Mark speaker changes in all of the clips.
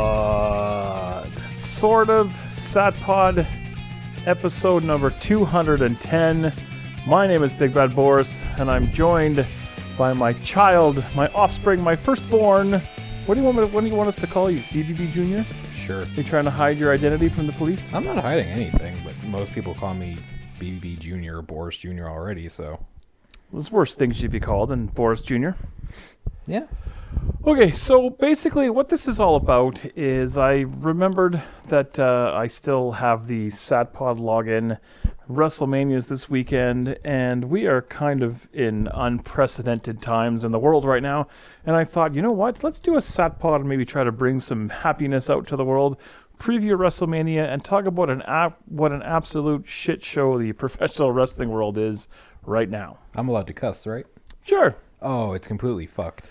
Speaker 1: Satpod. Sort of Satpod, episode number 210. My name is Big Bad Boris, and I'm joined by my child, my offspring, my firstborn. What do you want? Me, what do you want us to call you, BBB Junior?
Speaker 2: Sure.
Speaker 1: You trying to hide your identity from the police?
Speaker 2: I'm not hiding anything, but most people call me BB Junior or Boris Junior already, so
Speaker 1: There's worse things you'd be called than Boris Junior.
Speaker 2: yeah.
Speaker 1: Okay, so basically, what this is all about is I remembered that uh, I still have the SatPod login. WrestleMania's this weekend, and we are kind of in unprecedented times in the world right now. And I thought, you know what? Let's do a SatPod and maybe try to bring some happiness out to the world. Preview WrestleMania and talk about an ab- what an absolute shit show the professional wrestling world is right now.
Speaker 2: I'm allowed to cuss, right?
Speaker 1: Sure.
Speaker 2: Oh, it's completely fucked.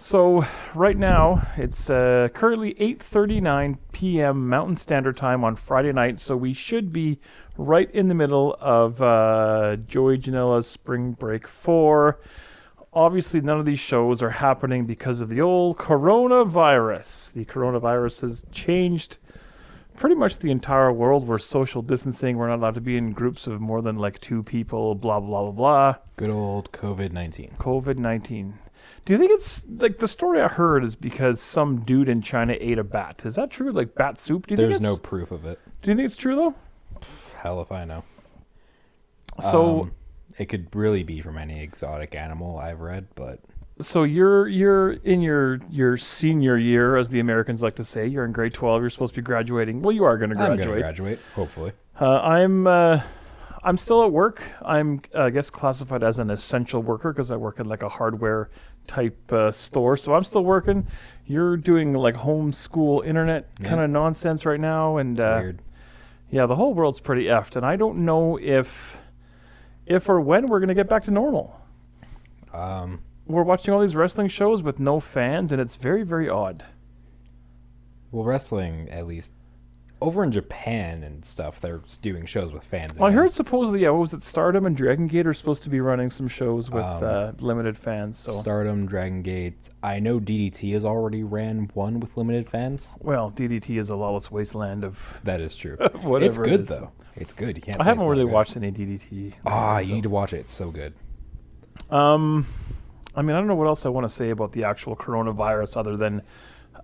Speaker 1: So right now it's uh, currently 8:39 p.m. Mountain Standard Time on Friday night, so we should be right in the middle of uh, Joey Janela's Spring Break Four. Obviously, none of these shows are happening because of the old coronavirus. The coronavirus has changed pretty much the entire world. We're social distancing. We're not allowed to be in groups of more than like two people. Blah blah blah blah.
Speaker 2: Good old COVID nineteen.
Speaker 1: COVID 19. Do you think it's like the story I heard is because some dude in China ate a bat? Is that true? Like bat soup? Do you
Speaker 2: There's
Speaker 1: think
Speaker 2: no
Speaker 1: it's-
Speaker 2: proof of it.
Speaker 1: Do you think it's true though?
Speaker 2: Hell if I know.
Speaker 1: So
Speaker 2: Um, it could really be from any exotic animal I've read, but
Speaker 1: so you're you're in your your senior year, as the Americans like to say. You're in grade 12. You're supposed to be graduating. Well, you are going to
Speaker 2: I'm gonna
Speaker 1: graduate.
Speaker 2: graduate, hopefully.
Speaker 1: Uh, I'm uh, I'm still at work. I'm uh, I guess classified as an essential worker because I work at like a hardware type uh, store. So I'm still working. You're doing like homeschool internet
Speaker 2: Yeah.
Speaker 1: kind of nonsense right now, and
Speaker 2: It's
Speaker 1: uh,
Speaker 2: weird.
Speaker 1: yeah, the whole world's pretty effed, and I don't know if if or when we're gonna get back to normal.
Speaker 2: Um
Speaker 1: We're watching all these wrestling shows with no fans, and it's very very odd.
Speaker 2: well wrestling at least over in Japan and stuff, they're doing shows with fans. in
Speaker 1: I
Speaker 2: it.
Speaker 1: heard supposedly yeah, what was it Stardom and Dragon Gate are supposed to be running some shows with
Speaker 2: Um,
Speaker 1: uh, limited fans. So
Speaker 2: Stardom, Dragon Gate. I know DDT has already ran one with limited fans.
Speaker 1: Well, DDT is a lawless wasteland of
Speaker 2: That is true.
Speaker 1: whatever.
Speaker 2: it's good
Speaker 1: it is.
Speaker 2: though. It's good. You can't.
Speaker 1: I
Speaker 2: say it's
Speaker 1: haven't
Speaker 2: not
Speaker 1: really
Speaker 2: good.
Speaker 1: watched any DDT.
Speaker 2: Ah, you
Speaker 1: so-
Speaker 2: need to watch it. It's so good.
Speaker 1: Um, I mean, I don't know what else I want to say about the actual coronavirus other than,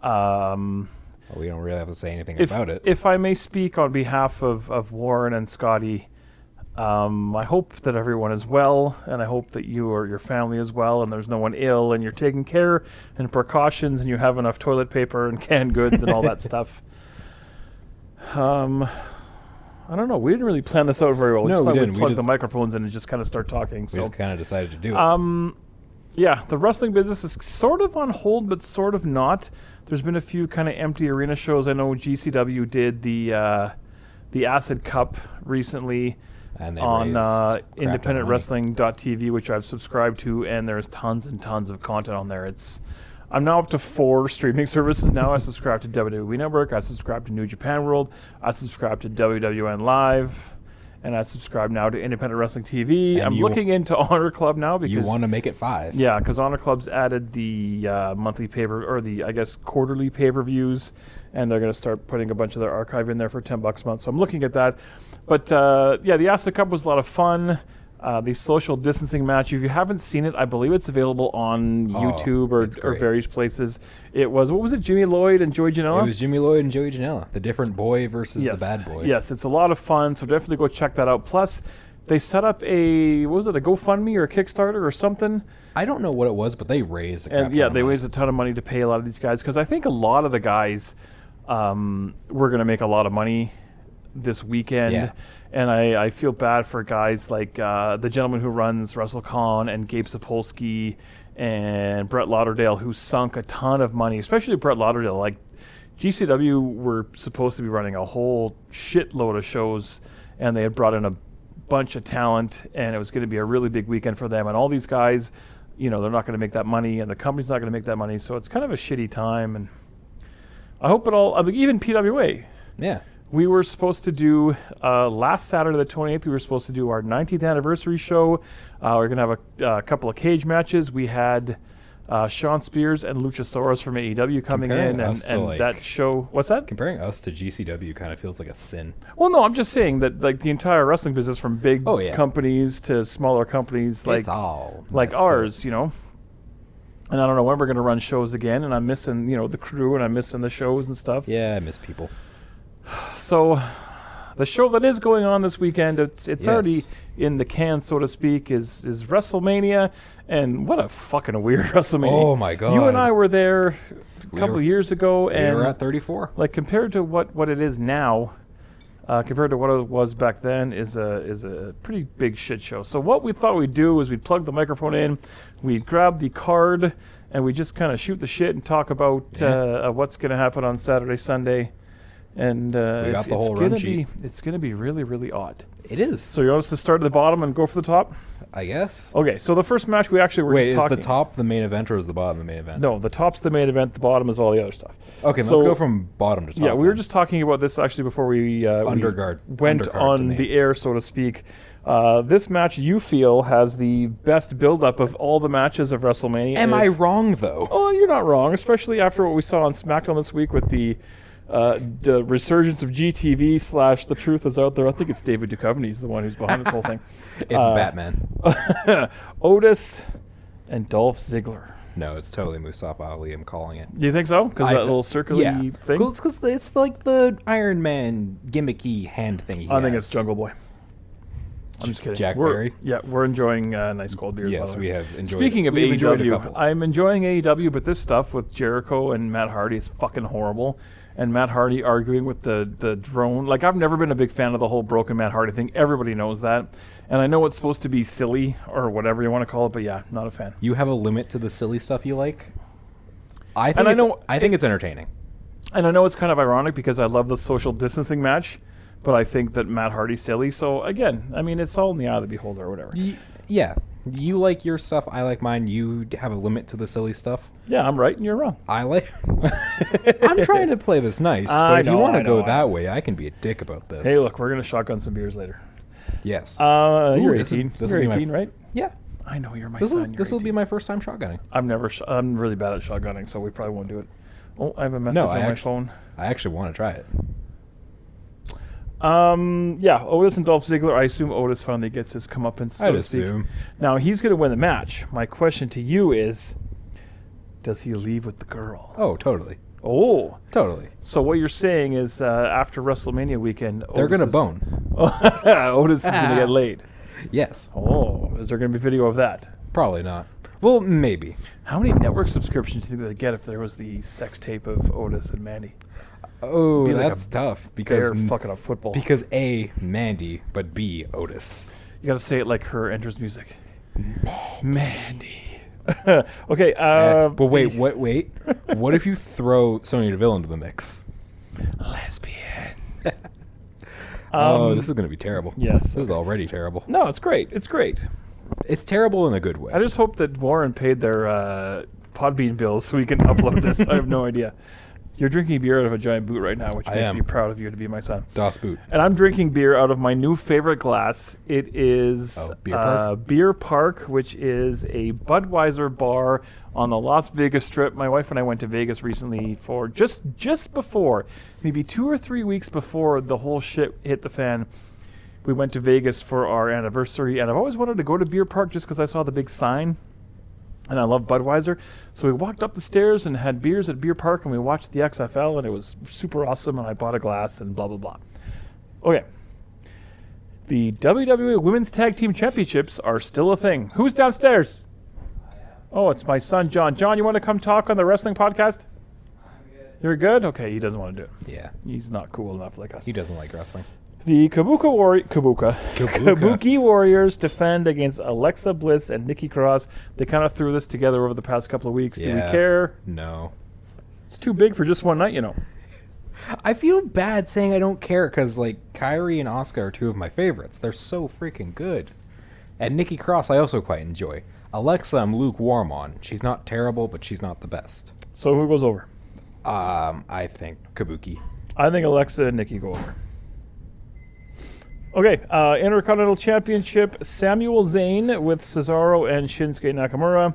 Speaker 1: um,
Speaker 2: Well, we don't really have to say anything
Speaker 1: if
Speaker 2: about it.
Speaker 1: if I may speak on behalf of of Warren and Scotty. Um, I hope that everyone is well, and I hope that you or your family is well, and there's no one ill, and you're taking care and precautions, and you have enough toilet paper and canned goods and all that stuff. Um, I don't know. We didn't really plan this out very well. We
Speaker 2: No,
Speaker 1: just
Speaker 2: we
Speaker 1: thought
Speaker 2: didn't.
Speaker 1: would
Speaker 2: We
Speaker 1: plug the
Speaker 2: just-
Speaker 1: microphones in and just kind of start talking.
Speaker 2: we
Speaker 1: So,
Speaker 2: just kind of decided to do it.
Speaker 1: um, yeah, the wrestling business is sort of on hold, but sort of not. There's been a few kind of empty arena shows. I know GCW did the uh, the Acid Cup recently
Speaker 2: and they
Speaker 1: on
Speaker 2: raised
Speaker 1: uh,
Speaker 2: crap ton of money.
Speaker 1: independentwrestling.tv, which I've subscribed to, and there's tons and tons of content on there. It's I'm now up to four streaming services. Now I subscribe to WWE Network, I subscribe to New Japan World, I subscribe to WWN Live, and I subscribe now to Independent Wrestling TV.
Speaker 2: And
Speaker 1: I'm
Speaker 2: you-
Speaker 1: looking into Honor Club now because
Speaker 2: You want to make it five?
Speaker 1: yeah, because Honor Club's added the uh, monthly pay per or the I guess quarterly pay per views, and they're going to start putting a bunch of their archive in there for ten bucks a month. So I'm looking at that. But uh, yeah, the Asta Cup was a lot of fun. Uh, the social distancing match. If you haven't seen it, I believe it's available on
Speaker 2: Oh,
Speaker 1: YouTube or,
Speaker 2: it's
Speaker 1: or
Speaker 2: great.
Speaker 1: various places. It was what was it? Jimmy Lloyd and Joey Janela.
Speaker 2: It was Jimmy Lloyd and Joey Janela, the different boy versus
Speaker 1: yes.
Speaker 2: the bad boy.
Speaker 1: Yes, it's a lot of fun. So definitely go check that out. Plus, they set up a what was it? A GoFundMe or a Kickstarter or something.
Speaker 2: I don't know what it was, but they raised. A crap
Speaker 1: and yeah,
Speaker 2: ton of
Speaker 1: they
Speaker 2: money.
Speaker 1: raised a ton of money to pay a lot of these guys because I think a lot of the guys um, were going to make a lot of money this weekend,
Speaker 2: Yeah.
Speaker 1: and I, I feel bad for guys like uh, the gentleman who runs Russell Kahn and Gabe Sapolsky and Brett Lauderdale who sunk a ton of money, especially Brett Lauderdale. Like GCW were supposed to be running a whole shitload of shows, and they had brought in a bunch of talent, and it was going to be a really big weekend for them. And all these guys, you know, they're not going to make that money, and the company's not going to make that money. So it's kind of a shitty time. And I hope it all. I mean, even PWA,
Speaker 2: Yeah.
Speaker 1: we were supposed to do uh, last Saturday, the 28th. We were supposed to do our 19th anniversary show. Uh, we are gonna have a uh, couple of cage matches. We had Uh, Sean Spears and Luchasaurus from AEW coming
Speaker 2: Comparing
Speaker 1: in, and,
Speaker 2: us to,
Speaker 1: and
Speaker 2: like-
Speaker 1: that show. What's that?
Speaker 2: Comparing us to GCW kind of feels like a sin.
Speaker 1: Well, no, I'm just saying that like the entire wrestling business, from big
Speaker 2: Oh, yeah.
Speaker 1: companies to smaller companies, like
Speaker 2: it's all
Speaker 1: like
Speaker 2: messed up.
Speaker 1: ours, you know. And I don't know when we're going to run shows again, and I'm missing you know the crew, and I'm missing the shows and stuff.
Speaker 2: Yeah, I miss people.
Speaker 1: So, the show that is going on this weekend, it's it's already
Speaker 2: Yes.
Speaker 1: in the can, so to speak, is is WrestleMania, and what a fucking weird WrestleMania!
Speaker 2: Oh my
Speaker 1: You and
Speaker 2: God.
Speaker 1: I were there a
Speaker 2: We
Speaker 1: couple
Speaker 2: were-
Speaker 1: years ago,
Speaker 2: We
Speaker 1: and
Speaker 2: were at 34.
Speaker 1: like compared to what what it is now uh, compared to what it was back then is a is a pretty big shit show so what we thought we'd do is we'd plug the microphone in we'd grab the card and we just kind of shoot the shit and talk about uh, uh, what's going to happen on saturday sunday and uh,
Speaker 2: We got
Speaker 1: it's,
Speaker 2: the
Speaker 1: it's
Speaker 2: whole
Speaker 1: gonna
Speaker 2: run
Speaker 1: be
Speaker 2: sheet.
Speaker 1: it's gonna be really really odd.
Speaker 2: It is.
Speaker 1: So you want us to start at the bottom and go for the top?
Speaker 2: I guess.
Speaker 1: Okay. So the first match we actually were
Speaker 2: Wait, is
Speaker 1: just talking.
Speaker 2: the top the main event or is the bottom the main event?
Speaker 1: No, the top's the main event. The bottom is all the other stuff.
Speaker 2: Okay,
Speaker 1: So-
Speaker 2: let's go from bottom to top.
Speaker 1: Yeah, we were
Speaker 2: then.
Speaker 1: just talking about this actually before we, uh, we
Speaker 2: Underguard-
Speaker 1: went
Speaker 2: undercard to
Speaker 1: on
Speaker 2: me.
Speaker 1: the air, so to speak. Uh, this match you feel has the best build-up of all the matches of WrestleMania.
Speaker 2: Am
Speaker 1: and
Speaker 2: I
Speaker 1: it's-
Speaker 2: wrong though?
Speaker 1: Oh, you're not wrong, especially after what we saw on SmackDown this week with the. Uh, the resurgence of GTV slash the truth is out there. I think it's David Duchovny is the one who's behind this whole thing.
Speaker 2: It's
Speaker 1: uh,
Speaker 2: Batman.
Speaker 1: Otis and Dolph Ziggler.
Speaker 2: No, it's totally Mustafa Ali. I'm calling it.
Speaker 1: Do you think so? Because
Speaker 2: I-
Speaker 1: that little circly thing.
Speaker 2: Cool, it's 'cause it's like the Iron Man gimmicky hand thing. He
Speaker 1: I think
Speaker 2: has.
Speaker 1: it's Jungle Boy. I'm just kidding.
Speaker 2: Jack
Speaker 1: we're,
Speaker 2: Berry?
Speaker 1: Yeah, we're enjoying uh, nice cold beers. by
Speaker 2: Yes,
Speaker 1: the
Speaker 2: we
Speaker 1: way.
Speaker 2: have enjoyed.
Speaker 1: Speaking of
Speaker 2: we've enjoyed a
Speaker 1: AEW,
Speaker 2: couple.
Speaker 1: I'm enjoying AEW, but this stuff with Jericho and Matt Hardy is fucking horrible. And Matt Hardy arguing with the the drone. Like I've never been a big fan of the whole broken Matt Hardy thing. Everybody knows that, and I know it's supposed to be silly or whatever you want to call it. But yeah, not a fan.
Speaker 2: you have a limit to the silly stuff you like. I think
Speaker 1: And I
Speaker 2: it's-
Speaker 1: know-
Speaker 2: I think it's entertaining.
Speaker 1: And I know it's kind of ironic because I love the social distancing match, but I think that Matt Hardy's silly. So again, I mean, it's all in the eye of the beholder or whatever.
Speaker 2: Y- yeah, you like your stuff. I like mine. You d- have a limit to the silly stuff.
Speaker 1: Yeah, I'm right and you're wrong.
Speaker 2: I like. I'm trying to play this nice,
Speaker 1: I
Speaker 2: but if
Speaker 1: know,
Speaker 2: you want
Speaker 1: I
Speaker 2: to
Speaker 1: know,
Speaker 2: go
Speaker 1: I
Speaker 2: that way, I can be a dick about this.
Speaker 1: Hey, look, we're gonna shotgun some beers later.
Speaker 2: Yes.
Speaker 1: Uh,
Speaker 2: Ooh,
Speaker 1: you're
Speaker 2: this will-
Speaker 1: 18.
Speaker 2: this will
Speaker 1: you're
Speaker 2: be my
Speaker 1: 18, right?
Speaker 2: yeah.
Speaker 1: I know you're my
Speaker 2: This will
Speaker 1: son.
Speaker 2: this will be my first time shotgunning.
Speaker 1: I'm never. Sh- I'm really bad at shotgunning, so we probably won't do it. Oh, I have a message
Speaker 2: No,
Speaker 1: on
Speaker 2: I
Speaker 1: my
Speaker 2: actu-
Speaker 1: phone.
Speaker 2: I actually want to try it.
Speaker 1: Um, yeah, Otis and Dolph Ziggler. I assume Otis finally gets his comeuppance. So
Speaker 2: I'd
Speaker 1: to speak.
Speaker 2: assume.
Speaker 1: Now he's gonna win the match. My question to you is, does he leave with the girl?
Speaker 2: Oh, totally,
Speaker 1: Oh,
Speaker 2: totally.
Speaker 1: so what you're saying is uh, after WrestleMania weekend,
Speaker 2: They're
Speaker 1: Otis
Speaker 2: gonna
Speaker 1: is-
Speaker 2: bone.
Speaker 1: Otis is gonna get laid.
Speaker 2: Yes,
Speaker 1: Oh, is there gonna be video of that?
Speaker 2: probably not. Well, maybe.
Speaker 1: How many network subscriptions do you think they'd get if there was the sex tape of Otis and Mandy?
Speaker 2: Oh,
Speaker 1: Be like a
Speaker 2: that's tough because
Speaker 1: They're fucking up football.
Speaker 2: because a Mandy, but b Otis.
Speaker 1: you gotta say it like her entrance music. Mandy. okay, uh,
Speaker 2: Eh, but wait,
Speaker 1: the
Speaker 2: what? Wait, what if you throw Sonya Deville into the mix?
Speaker 1: lesbian.
Speaker 2: oh, this is gonna be terrible.
Speaker 1: Um, yes,
Speaker 2: this is already terrible.
Speaker 1: No, it's great. It's great.
Speaker 2: It's terrible in a good
Speaker 1: I
Speaker 2: way.
Speaker 1: just hope that Warren paid their uh, Podbean bills so we can upload this. I have no idea. You're drinking beer out of a giant boot right now, which
Speaker 2: I
Speaker 1: makes
Speaker 2: am.
Speaker 1: me proud of you to be my son.
Speaker 2: Das Boot.
Speaker 1: And I'm drinking beer out of my new favorite glass. It is
Speaker 2: Oh, Beer
Speaker 1: Uh,
Speaker 2: Park?
Speaker 1: beer Park, which is a Budweiser bar on the Las Vegas Strip. My wife and I went to Vegas recently for just just before, maybe two or three weeks before the whole shit hit the fan. We went to Vegas for our anniversary, and I've always wanted to go to Beer Park just because I saw the big sign and I love Budweiser. So we walked up the stairs and had beers at Beer Park, and we watched the XFL, and it was super awesome. And I bought a glass, and blah blah blah. Okay. The WWE Women's Tag Team Championships are still a thing. Who's downstairs? Oh, it's my son John. John, you want to come talk on the wrestling podcast? You're good. Okay, he doesn't want to do it.
Speaker 2: Yeah,
Speaker 1: He's not cool enough like us.
Speaker 2: he doesn't like wrestling.
Speaker 1: The Kabuka Warri- Kabuka.
Speaker 2: Kabuka.
Speaker 1: Kabuki Warriors defend against Alexa Bliss and Nikki Cross. They kind of threw this together over the past couple of weeks. Do we
Speaker 2: Yeah.
Speaker 1: care?
Speaker 2: No,
Speaker 1: It's too big for just one night, you know.
Speaker 2: I feel bad saying I don't care because like Kyrie and Oscar are two of my favorites. They're so freaking good. And Nikki Cross, I also quite enjoy. Alexa, I'm lukewarm on. She's not terrible, but she's not the best.
Speaker 1: So who goes over?
Speaker 2: Um, I think Kabuki.
Speaker 1: I think Alexa and Nikki go over. Okay, uh, Intercontinental Championship: Samuel Zayn with Cesaro and Shinsuke Nakamura.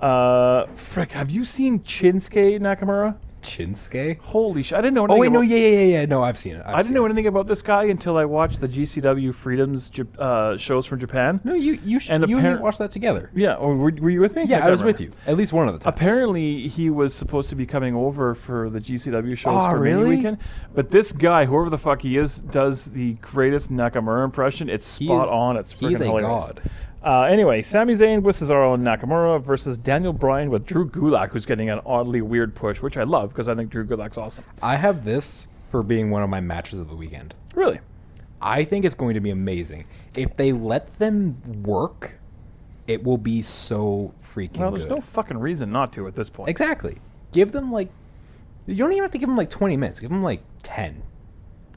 Speaker 1: Uh, frick, have you seen Chinsuke Nakamura?
Speaker 2: Chinsuke?
Speaker 1: Holy shit! I didn't know.
Speaker 2: Oh
Speaker 1: Anything
Speaker 2: wait, no,
Speaker 1: about-
Speaker 2: yeah, yeah, yeah, yeah. No, I've seen it. I've
Speaker 1: I didn't
Speaker 2: seen
Speaker 1: know
Speaker 2: It.
Speaker 1: anything about this guy until I watched the GCW Freedoms Jap- uh, shows from Japan.
Speaker 2: No, you you sh-
Speaker 1: And
Speaker 2: you and me
Speaker 1: apparent-
Speaker 2: watched that together.
Speaker 1: Yeah, or were, were you with me?
Speaker 2: Yeah, I,
Speaker 1: can't
Speaker 2: was
Speaker 1: remember.
Speaker 2: with you at least one of the times.
Speaker 1: Apparently, he was supposed to be coming over for the GCW shows
Speaker 2: Aw,
Speaker 1: for
Speaker 2: really?
Speaker 1: Mini Weekend. But this guy, whoever the fuck he is, does the greatest Nakamura impression. It's
Speaker 2: He
Speaker 1: spot
Speaker 2: is-
Speaker 1: on. It's freaking
Speaker 2: he's a
Speaker 1: hilarious.
Speaker 2: god.
Speaker 1: Uh, anyway, Sami Zayn with Cesaro and Nakamura versus Daniel Bryan with Drew Gulak, who's getting an oddly weird push, which I love because I think Drew Gulak's awesome.
Speaker 2: I have this for being one of my matches of the weekend.
Speaker 1: Really?
Speaker 2: I think it's going to be amazing. If they let them work, it will be so freaking
Speaker 1: Well, there's
Speaker 2: good.
Speaker 1: no fucking reason not to at this point.
Speaker 2: exactly. Give them like you don't even have to give them like 20 minutes. Give them like 10.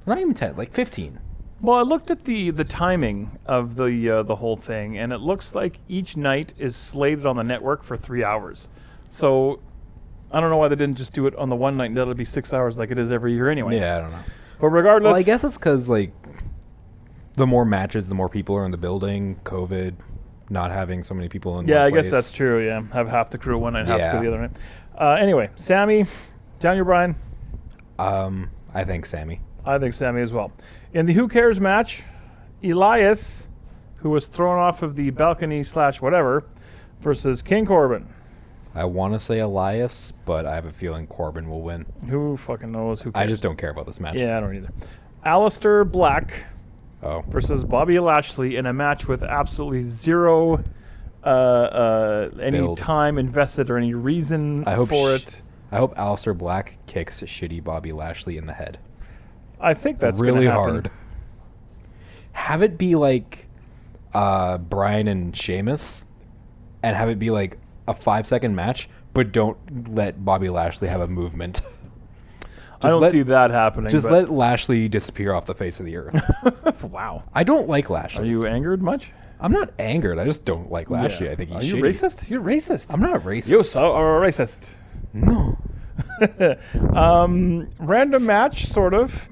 Speaker 2: Not even 10, like 15.
Speaker 1: Well, I looked at the the timing of the uh, the whole thing, and it looks like each night is slated on the network for three hours. So, I don't know why they didn't just do it on the one night. That'll be six hours, like it is every year anyway.
Speaker 2: Yeah, I don't know.
Speaker 1: But regardless,
Speaker 2: Well, I guess it's cuz like the more matches, the more people are in the building, COVID, not having so many people in
Speaker 1: Yeah,
Speaker 2: one
Speaker 1: I guess
Speaker 2: place.
Speaker 1: that's true. Yeah, have half the crew one night, half the
Speaker 2: Yeah.
Speaker 1: crew the other night. Uh, anyway, Sammy, Daniel Bryan,
Speaker 2: Um I think Sammy.
Speaker 1: I think Sammy as well. In the Who Cares match, Elias, who was thrown off of the balcony slash whatever, versus King Corbin.
Speaker 2: I want to say Elias, but I have a feeling Corbin will win.
Speaker 1: Who fucking knows? Who cares?
Speaker 2: I just don't care about this match.
Speaker 1: Yeah, I don't either. Alistair Black
Speaker 2: Oh.
Speaker 1: versus Bobby Lashley in a match with absolutely zero uh, uh, any
Speaker 2: Build.
Speaker 1: time invested or any reason
Speaker 2: I hope
Speaker 1: for
Speaker 2: sh-
Speaker 1: it.
Speaker 2: I hope Alistair Black kicks shitty Bobby Lashley in the head.
Speaker 1: I think that's gonna
Speaker 2: really
Speaker 1: happen.
Speaker 2: hard. Have it be like uh Brian and Sheamus and have it be like a five second match, but don't let Bobby Lashley have a movement.
Speaker 1: I don't
Speaker 2: let-
Speaker 1: see that happening.
Speaker 2: Just
Speaker 1: but-
Speaker 2: let Lashley disappear off the face of the earth.
Speaker 1: wow.
Speaker 2: I don't like
Speaker 1: Are
Speaker 2: Lashley.
Speaker 1: you angered much?
Speaker 2: I'm not angered. I just don't like Lashley. I think
Speaker 1: Are
Speaker 2: he's
Speaker 1: you
Speaker 2: shitty.
Speaker 1: racist? You're racist.
Speaker 2: I'm not racist.
Speaker 1: You so are racist.
Speaker 2: no.
Speaker 1: um, random match, sort of.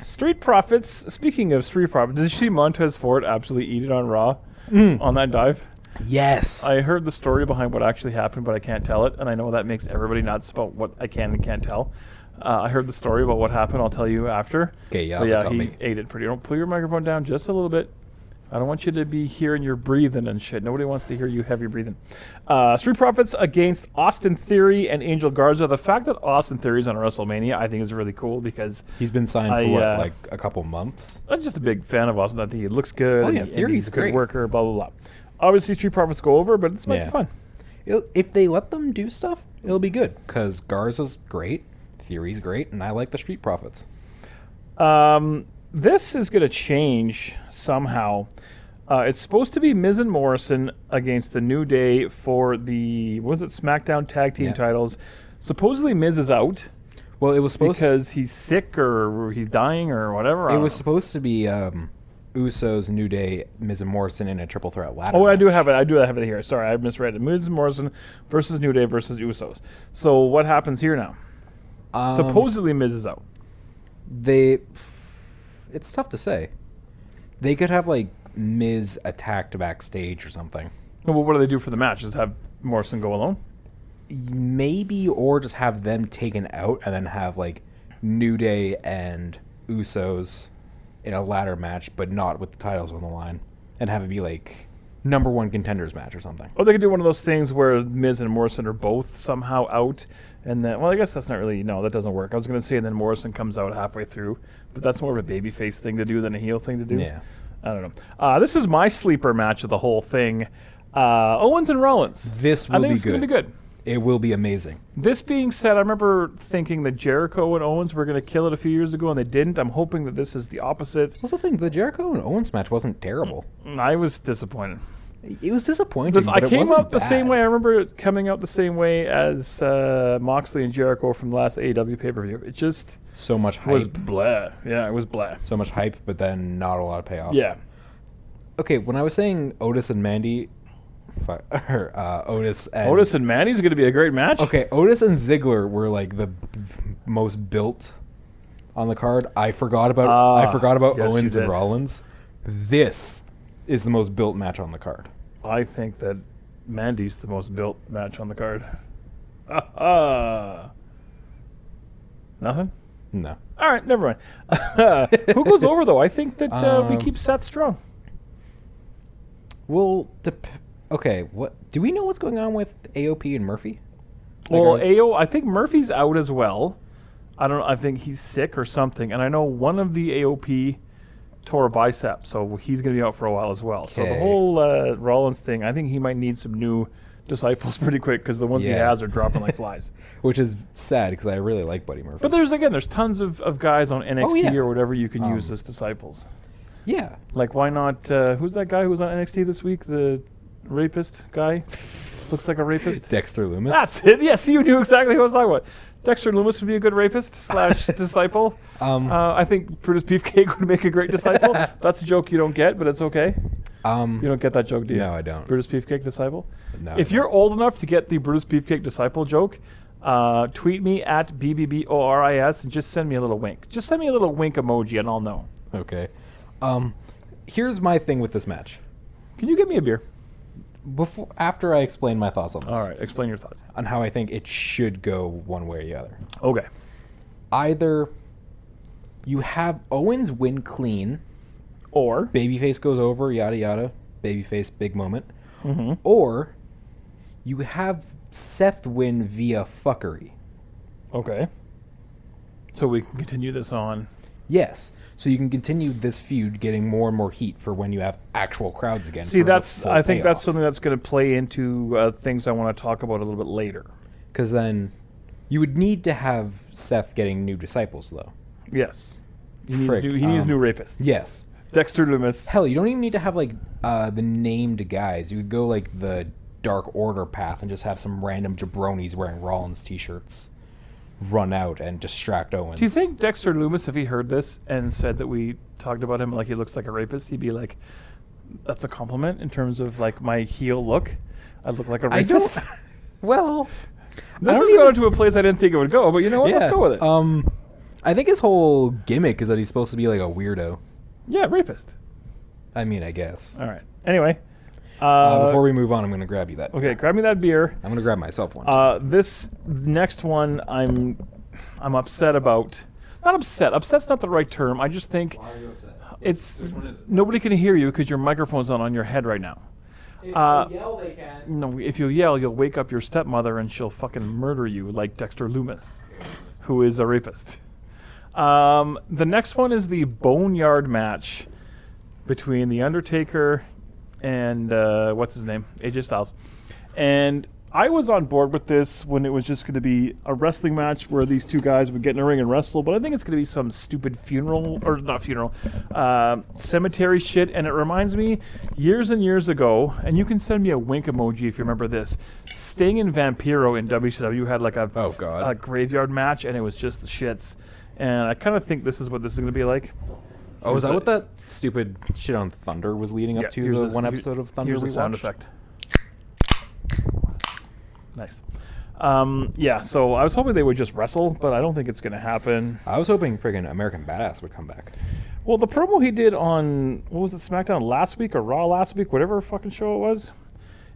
Speaker 1: Street Profits. Speaking of Street Profits, did you see Montez Ford absolutely eat it on Raw on that dive?
Speaker 2: Hmm. Yes.
Speaker 1: I heard the story behind what actually happened, but I can't tell it, and I know that makes everybody nuts about what I can and can't tell. Uh, I heard the story about what happened. I'll tell you after.
Speaker 2: 'Kay, yeah,
Speaker 1: But
Speaker 2: that's
Speaker 1: yeah.
Speaker 2: what
Speaker 1: He
Speaker 2: tell me.
Speaker 1: ate it pretty. Don't pull your microphone down just a little bit. I don't want you to be hearing your breathing and shit. Nobody wants to hear you heavy breathing. Uh, Street Profits against Austin Theory and Angel Garza. The fact that Austin Theory's on WrestleMania, I think, is really cool because
Speaker 2: He's been signed
Speaker 1: I,
Speaker 2: for what,
Speaker 1: uh,
Speaker 2: like a couple months?
Speaker 1: I'm just a big fan of Austin. I think he looks good.
Speaker 2: Oh,
Speaker 1: and
Speaker 2: yeah,
Speaker 1: he- and
Speaker 2: Theory's
Speaker 1: he's a good
Speaker 2: great.
Speaker 1: worker. Blah blah blah. Obviously, Street Profits go over, but this might
Speaker 2: Yeah.
Speaker 1: be fun.
Speaker 2: It'll- if they let them do stuff, it'll be good because Garza's great, Theory's great, and I like the Street Profits.
Speaker 1: Um, this is going to change somehow. Uh, it's supposed to be Miz and Morrison against the New Day for the what was it SmackDown Tag Team
Speaker 2: Yeah.
Speaker 1: titles. Supposedly Miz is out
Speaker 2: Well, it was supposed
Speaker 1: because uh, he's sick or he's dying or whatever. I
Speaker 2: it
Speaker 1: don't
Speaker 2: was
Speaker 1: know.
Speaker 2: supposed to be um, Usos, New Day, Miz and Morrison in a triple threat ladder.
Speaker 1: Oh, I do
Speaker 2: match.
Speaker 1: have it. I do have it here. Sorry, I misread it. Miz and Morrison versus New Day versus Usos. So what happens here now?
Speaker 2: Um,
Speaker 1: supposedly Miz is out.
Speaker 2: they. It's tough to say. They could have like Miz attacked backstage or something,
Speaker 1: Well, what do they do for the match? Just have Morrison go alone?
Speaker 2: maybe, or just have them taken out and then have like New Day and Usos in a ladder match, but not with the titles on the line, and have it be like number one contenders match or something.
Speaker 1: Or they could do one of those things where Miz and Morrison are both somehow out, and then well, I guess that's not really no, that doesn't work. I was gonna say, and then Morrison comes out halfway through, but that's more of a babyface thing to do than a heel thing to do.
Speaker 2: Yeah.
Speaker 1: I don't know. Uh, this is my sleeper match of the whole thing. Uh, Owens and Rollins.
Speaker 2: This
Speaker 1: I
Speaker 2: will
Speaker 1: think
Speaker 2: be
Speaker 1: it's gonna
Speaker 2: good.
Speaker 1: be good.
Speaker 2: It will be amazing.
Speaker 1: This being said, I remember thinking that Jericho and Owens were gonna kill it a few years ago, and they didn't. I'm hoping that this is the opposite.
Speaker 2: Also, think the Jericho and Owens match wasn't terrible.
Speaker 1: I was disappointed.
Speaker 2: It was disappointing.
Speaker 1: This- I
Speaker 2: but it
Speaker 1: came
Speaker 2: wasn't
Speaker 1: out the same
Speaker 2: bad.
Speaker 1: way. I remember it coming out the same way as uh, Moxley and Jericho from the last AEW pay per view. It just
Speaker 2: So much hype.
Speaker 1: was blah. Yeah, it was blah.
Speaker 2: so much hype, but then not a lot of payoff.
Speaker 1: Yeah.
Speaker 2: Okay, when I was saying Otis and Mandy, fu- or, uh, Otis and
Speaker 1: Otis and Manny's going to be a great match.
Speaker 2: Okay, Otis and Ziggler were like the b- most built on the card. I forgot about
Speaker 1: Ah,
Speaker 2: I forgot about
Speaker 1: yes, you
Speaker 2: Owens and
Speaker 1: did.
Speaker 2: Rollins. This is the most built match on the card.
Speaker 1: I think that Mandy's the most built match on the card. Ah, Nothing?
Speaker 2: No.
Speaker 1: All right, never mind. Who goes over, though? I think that uh, we
Speaker 2: Um,
Speaker 1: keep Seth strong.
Speaker 2: Well, dep- okay. What do we know? What's going on with AOP and Murphy? Like,
Speaker 1: Well,
Speaker 2: are-
Speaker 1: AO, I think Murphy's out as well. I don't. I think he's sick or something. And I know one of the AOP tore a bicep, so he's going to be out for a while as well. So the
Speaker 2: Okay.
Speaker 1: whole uh, Rollins thing, I think he might need some new disciples pretty quick because the ones he
Speaker 2: Yeah.
Speaker 1: has are dropping like flies.
Speaker 2: which is sad because I really like Buddy Murphy.
Speaker 1: But there's again, there's tons of, of guys on NXT
Speaker 2: yeah.
Speaker 1: or whatever you can
Speaker 2: Um,
Speaker 1: use as disciples.
Speaker 2: yeah,
Speaker 1: Like, why not? Uh, who's that guy who was on NXT this week? The rapist guy looks like a rapist.
Speaker 2: Dexter Loomis.
Speaker 1: That's it. Yes, you knew exactly who I was talking about. Dexter Loomis would be a good rapist slash disciple.
Speaker 2: Um,
Speaker 1: uh, I think Brutus Beefcake would make a great disciple. That's a joke you don't get, but it's okay.
Speaker 2: um,
Speaker 1: You don't get that joke, do you?
Speaker 2: No, I don't.
Speaker 1: Brutus Beefcake disciple.
Speaker 2: No, I
Speaker 1: if
Speaker 2: don't.
Speaker 1: you're old enough to get the Brutus Beefcake disciple joke, uh, tweet me at bbboris and just send me a little wink. Just send me a little wink emoji, and I'll know.
Speaker 2: okay. Um, here's my thing with this match.
Speaker 1: Can you get me a beer?
Speaker 2: Before, after I explain my thoughts on this,
Speaker 1: All right, explain your thoughts.
Speaker 2: on how I think it should go one way or the other.
Speaker 1: Okay.
Speaker 2: Either you have Owens win clean,
Speaker 1: Or
Speaker 2: babyface goes over, yada yada, babyface big moment,
Speaker 1: Mm-hmm.
Speaker 2: or you have Seth win via fuckery.
Speaker 1: okay. So we can continue this on.
Speaker 2: Yes. So you can continue this feud, getting more and more heat for when you have actual crowds again.
Speaker 1: See,
Speaker 2: for the
Speaker 1: that's
Speaker 2: full
Speaker 1: I think that's
Speaker 2: payoff.
Speaker 1: something that's going to play into uh, things I want to talk about a little bit later.
Speaker 2: because then you would need to have Seth getting new disciples, though.
Speaker 1: Yes, he needs
Speaker 2: Frick,
Speaker 1: new he needs
Speaker 2: um,
Speaker 1: new rapists.
Speaker 2: Yes.
Speaker 1: Dexter Loomis.
Speaker 2: Hell, you don't even need to have like uh, the named guys. You could go like the Dark Order path and just have some random jabronis wearing Rollins t-shirts run out and distract Owens.
Speaker 1: Do you think Dexter Loomis, if he heard this and said that we talked about him like he looks like a rapist, he'd be like, "That's a compliment in terms of like my heel look. I look like a
Speaker 2: I
Speaker 1: rapist."
Speaker 2: don't. well,
Speaker 1: this
Speaker 2: don't
Speaker 1: is
Speaker 2: even-
Speaker 1: going to a place I didn't think it would go, but you know what? Let's
Speaker 2: yeah,
Speaker 1: go with it.
Speaker 2: Um, I think his whole gimmick is that he's supposed to be like a weirdo.
Speaker 1: yeah, rapist.
Speaker 2: I mean, I guess.
Speaker 1: All right. Anyway, uh,
Speaker 2: Uh, before we move on, I'm going to grab you that.
Speaker 1: okay, grab me that beer.
Speaker 2: I'm going to grab myself one.
Speaker 1: Uh, this next one, I'm I'm upset about. Not upset. Upset's not the right term. I just think
Speaker 3: Why are you upset?
Speaker 1: it's
Speaker 3: Which one is it?
Speaker 1: nobody can hear you because your microphone's not on your head right now.
Speaker 3: If
Speaker 1: Uh,
Speaker 3: they yell, they can.
Speaker 1: No, if you yell, you'll wake up your stepmother and she'll fucking murder you like Dexter Loomis, who is a rapist. Um, the next one is the boneyard match between the Undertaker and uh, what's his name, AJ Styles. And I was on board with this when it was just going to be a wrestling match where these two guys would get in a ring and wrestle. But I think it's going to be some stupid funeral or not funeral, uh, cemetery shit. And it reminds me, years and years ago, and you can send me a wink emoji if you remember this. Sting and Vampiro in WCW had like a
Speaker 2: Oh, God.
Speaker 1: a graveyard match, and it was just the shits. And I kind of think this is what this is going to be like.
Speaker 2: oh,
Speaker 1: here's
Speaker 2: is that
Speaker 1: a-
Speaker 2: what that stupid shit on Thunder was leading up
Speaker 1: Yeah,
Speaker 2: to?
Speaker 1: here's
Speaker 2: The
Speaker 1: a-
Speaker 2: one
Speaker 1: here-
Speaker 2: episode of Thunder
Speaker 1: here's
Speaker 2: we
Speaker 1: a sound
Speaker 2: watched?
Speaker 1: effect. Nice. Um, yeah, so I was hoping they would just wrestle, but I don't think it's going to happen.
Speaker 2: I was hoping friggin' American Badass would come back.
Speaker 1: Well, the promo he did on what was it, SmackDown last week or Raw last week, whatever fucking show it was,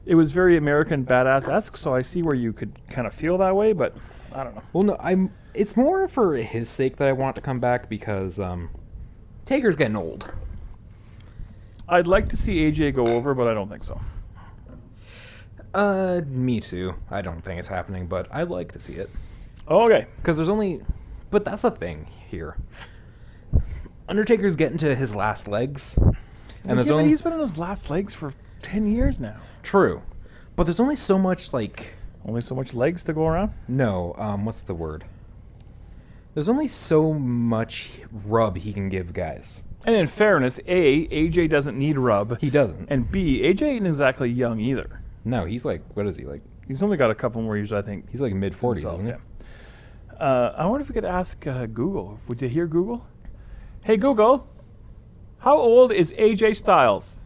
Speaker 1: it was very American badass esque. So I see where you could kind of feel that way, but I don't know.
Speaker 2: Well, no, I'm. It's more for his sake that I want to come back because um, Taker's getting old.
Speaker 1: I'd like to see AJ go over, but I don't think so.
Speaker 2: Uh, me too. I don't think it's happening, but I'd like to see it
Speaker 1: Okay,
Speaker 2: because there's only. But that's the thing here. Undertaker's getting to his last legs, and there's
Speaker 1: Yeah, but
Speaker 2: only
Speaker 1: he's been on his last legs for ten years now.
Speaker 2: true, but there's only so much like
Speaker 1: Only so much legs to go around.
Speaker 2: no. Um, what's the word? There's only so much rub he can give guys.
Speaker 1: And in fairness, A, AJ doesn't need rub.
Speaker 2: He doesn't.
Speaker 1: And B, AJ ain't exactly young either.
Speaker 2: No, he's like what is he like?
Speaker 1: He's only got a couple more years, I think.
Speaker 2: He's like mid forties,
Speaker 1: himself,
Speaker 2: isn't he?
Speaker 1: yeah. Uh, I wonder if we could ask uh, Google. Would you hear Google? Hey, Google, how old is AJ Styles?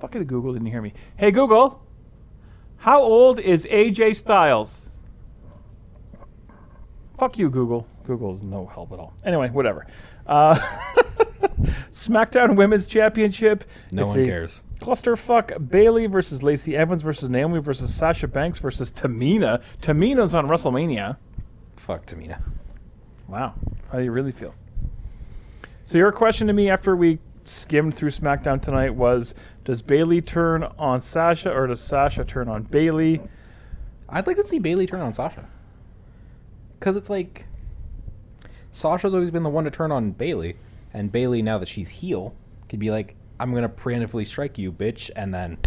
Speaker 1: Fucking Google didn't hear me. Hey, Google, how old is AJ Styles? Fuck you, Google. Google's no help at all. Anyway, whatever. Uh, SmackDown Women's Championship.
Speaker 2: No
Speaker 1: It's
Speaker 2: one
Speaker 1: a
Speaker 2: cares.
Speaker 1: Clusterfuck Bailey versus Lacey Evans versus Naomi versus Sasha Banks versus Tamina. Tamina's on WrestleMania.
Speaker 2: Fuck Tamina.
Speaker 1: Wow. How do you really feel? So your question to me after we skimmed through SmackDown tonight was does Bailey turn on Sasha or does Sasha turn on Bailey?
Speaker 2: I'd like to see Bailey turn on Sasha. Cause it's like Sasha's always been the one to turn on Bailey, and Bailey now that she's heel could be like, "I'm gonna preemptively strike you, bitch," and then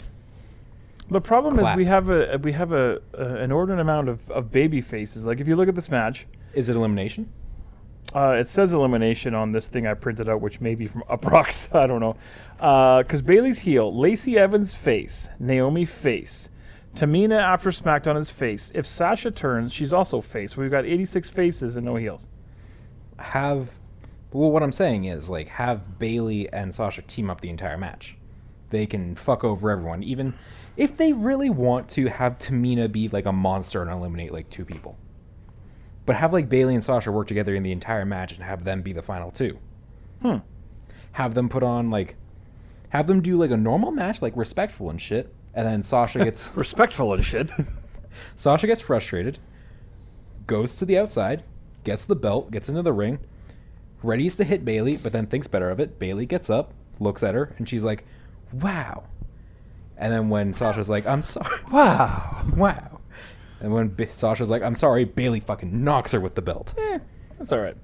Speaker 1: The problem is
Speaker 2: Clap.
Speaker 1: we have a we have a, a an inordinate amount of, of baby faces. Like if you look at this match,
Speaker 2: is it elimination?
Speaker 1: uh, it says elimination on this thing I printed out, which may be from Uprox. I don't know. Because Bailey's heel, Lacey Evans face, Naomi face, Tamina after SmackDown is face. If Sasha turns, she's also face. We've got 86 faces and no heels.
Speaker 2: Have well, what I'm saying is like have Bailey and Sasha team up the entire match. They can fuck over everyone, even if they really want to have Tamina be like a monster and eliminate like two people. But have like Bailey and Sasha work together in the entire match and have them be the final two.
Speaker 1: Hmm.
Speaker 2: have them put on like have them do like a normal match like respectful and shit and then sasha gets
Speaker 1: Respectful and shit.
Speaker 2: sasha gets frustrated goes to the outside gets the belt gets into the ring readies to hit bailey but then thinks better of it bailey gets up looks at her and she's like wow and then when sasha's like i'm sorry wow wow and when B- sasha's like i'm sorry bailey fucking knocks her with the belt
Speaker 1: That's all right.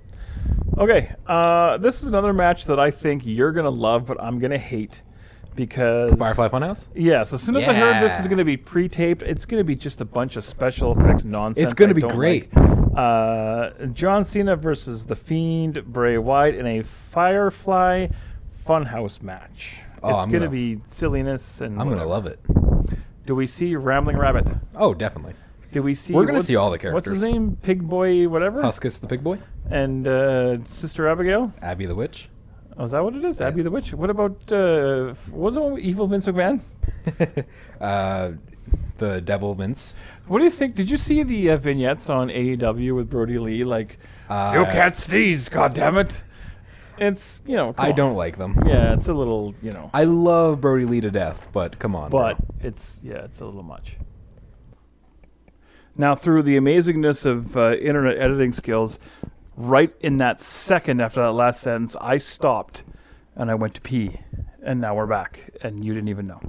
Speaker 1: Okay, uh, this is another match that I think you're gonna love, but I'm gonna hate because
Speaker 2: firefly funhouse
Speaker 1: Yes, as soon as I heard this is
Speaker 2: Yeah.
Speaker 1: going to be pre-taped, it's going to be just a bunch of special effects nonsense.
Speaker 2: It's gonna
Speaker 1: I
Speaker 2: be
Speaker 1: don't
Speaker 2: great.
Speaker 1: like. Uh, John Cena versus The Fiend, Bray Wyatt in a Firefly Funhouse match.
Speaker 2: Oh,
Speaker 1: it's
Speaker 2: I'm
Speaker 1: going to
Speaker 2: gonna-
Speaker 1: be silliness and.
Speaker 2: i'm gonna
Speaker 1: whatever.
Speaker 2: love it
Speaker 1: Do we see Rambling Rabbit?
Speaker 2: oh definitely
Speaker 1: Do we see?
Speaker 2: We're gonna
Speaker 1: what's-
Speaker 2: see all the
Speaker 1: What's his
Speaker 2: characters.
Speaker 1: name? Pig Boy, whatever,
Speaker 2: huskus the pig boy
Speaker 1: and uh, Sister Abigail.
Speaker 2: abby the witch
Speaker 1: Oh, is that what it is? Abby the Witch. What about? Uh, f- what was the one with evil Vince McMahon?
Speaker 2: uh, the Devil Vince.
Speaker 1: What do you think? Did you see the uh, vignettes on AEW with Brody Lee? Like,
Speaker 2: Uh,
Speaker 1: you can't sneeze, goddammit. It's you know. come
Speaker 2: I
Speaker 1: on.
Speaker 2: don't like them.
Speaker 1: Yeah, it's a little you know,
Speaker 2: I love Brody Lee to death, but come on.
Speaker 1: but
Speaker 2: bro.
Speaker 1: it's yeah, it's a little much. Now, through the amazingness of uh, internet editing skills, right in that second after that last sentence, I stopped, and I went to pee, and now we're back, and you didn't even know.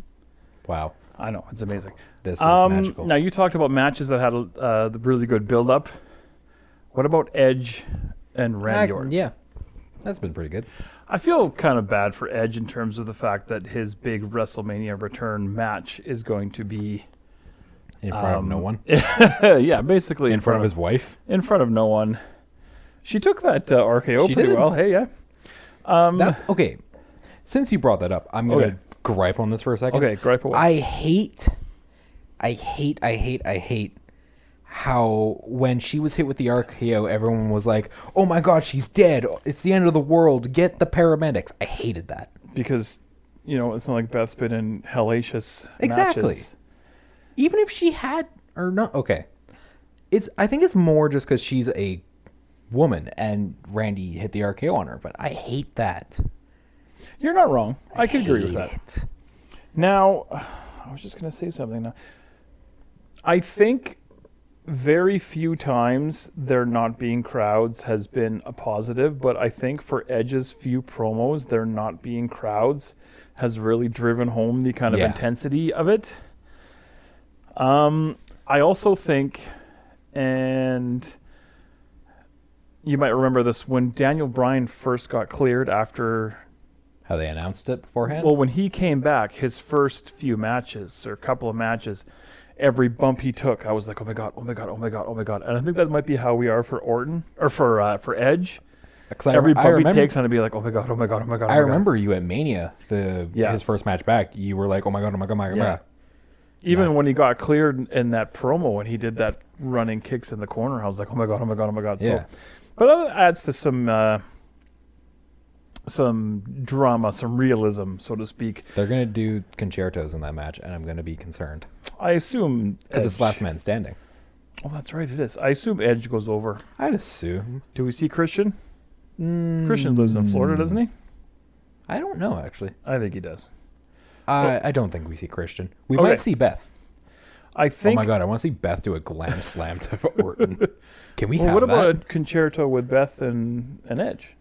Speaker 2: wow,
Speaker 1: I know it's amazing.
Speaker 2: this is
Speaker 1: Um,
Speaker 2: magical.
Speaker 1: Now you talked about matches that had uh, the really good build up. What about Edge and
Speaker 2: Ah,
Speaker 1: Randy Orton?
Speaker 2: yeah, that's been pretty good.
Speaker 1: I feel kind of bad for Edge in terms of the fact that his big WrestleMania return match is going to be
Speaker 2: In front of no
Speaker 1: Um,
Speaker 2: one,
Speaker 1: yeah, basically
Speaker 2: in front of his wife.
Speaker 1: in front of no one. She took that uh, RKO
Speaker 2: She
Speaker 1: pretty
Speaker 2: did.
Speaker 1: well. Hey, yeah.
Speaker 2: That's, okay, since you brought that up, I'm gonna
Speaker 1: um, Okay.
Speaker 2: gripe on this for a second.
Speaker 1: Okay, gripe away.
Speaker 2: I hate, I hate, I hate, I hate how when she was hit with the RKO, everyone was like, "Oh my God, she's dead! It's the end of the world! Get the paramedics!" I hated that.
Speaker 1: because you know, it's not like Beth's been in hellacious
Speaker 2: Exactly.
Speaker 1: matches.
Speaker 2: even if she had or not okay it's i think it's more just because she's a woman and randy hit the rko on her but i hate that
Speaker 1: You're not wrong. I, can agree with
Speaker 2: Hate
Speaker 1: that.
Speaker 2: it.
Speaker 1: Now, I was just going to say something now. I think very few times there not being crowds has been a positive, but I think for Edge's few promos, there not being crowds has really driven home the kind of
Speaker 2: Yeah.
Speaker 1: intensity of it. Um, I also think, and you might remember this when Daniel Bryan first got cleared after
Speaker 2: how they announced it beforehand
Speaker 1: well, when he came back, his first few matches or couple of matches, every bump he took, I was like, "Oh my god, oh my god, oh my god, oh my god!" And I think that might be how we are for Orton or for uh, for Edge.
Speaker 2: 'Cause I,
Speaker 1: Every
Speaker 2: I
Speaker 1: bump he
Speaker 2: remember,
Speaker 1: takes, I'm gonna be like, "Oh my god, oh my god, oh my god." oh
Speaker 2: I
Speaker 1: my God."
Speaker 2: remember you at mania the
Speaker 1: Yeah.
Speaker 2: his first match back you were like oh my god oh my god oh my god,
Speaker 1: Yeah.
Speaker 2: my god.
Speaker 1: even when he got cleared in- in that promo when he did that running kicks in the corner, I was like, "Oh my god, oh my god, oh my god."
Speaker 2: Yeah.
Speaker 1: So, but that adds to some. Uh, some drama, some realism, so to speak.
Speaker 2: they're gonna do concertos in that match and i'm gonna be concerned
Speaker 1: I assume
Speaker 2: because it's
Speaker 1: Edge-
Speaker 2: last man standing
Speaker 1: Oh, that's right, it is. I assume Edge goes over.
Speaker 2: i'd assume Hmm.
Speaker 1: Do we see Christian? Christian lives in Florida, doesn't he?
Speaker 2: I don't know actually.
Speaker 1: I think he does.
Speaker 2: Oh I, I don't think we see Christian. We
Speaker 1: Okay.
Speaker 2: might see Beth.
Speaker 1: I
Speaker 2: Oh
Speaker 1: think.
Speaker 2: my god, I want to see Beth do a glam slam to Orton. Can we
Speaker 1: Well,
Speaker 2: have
Speaker 1: what
Speaker 2: that?
Speaker 1: about a concerto with Beth and, and Edge?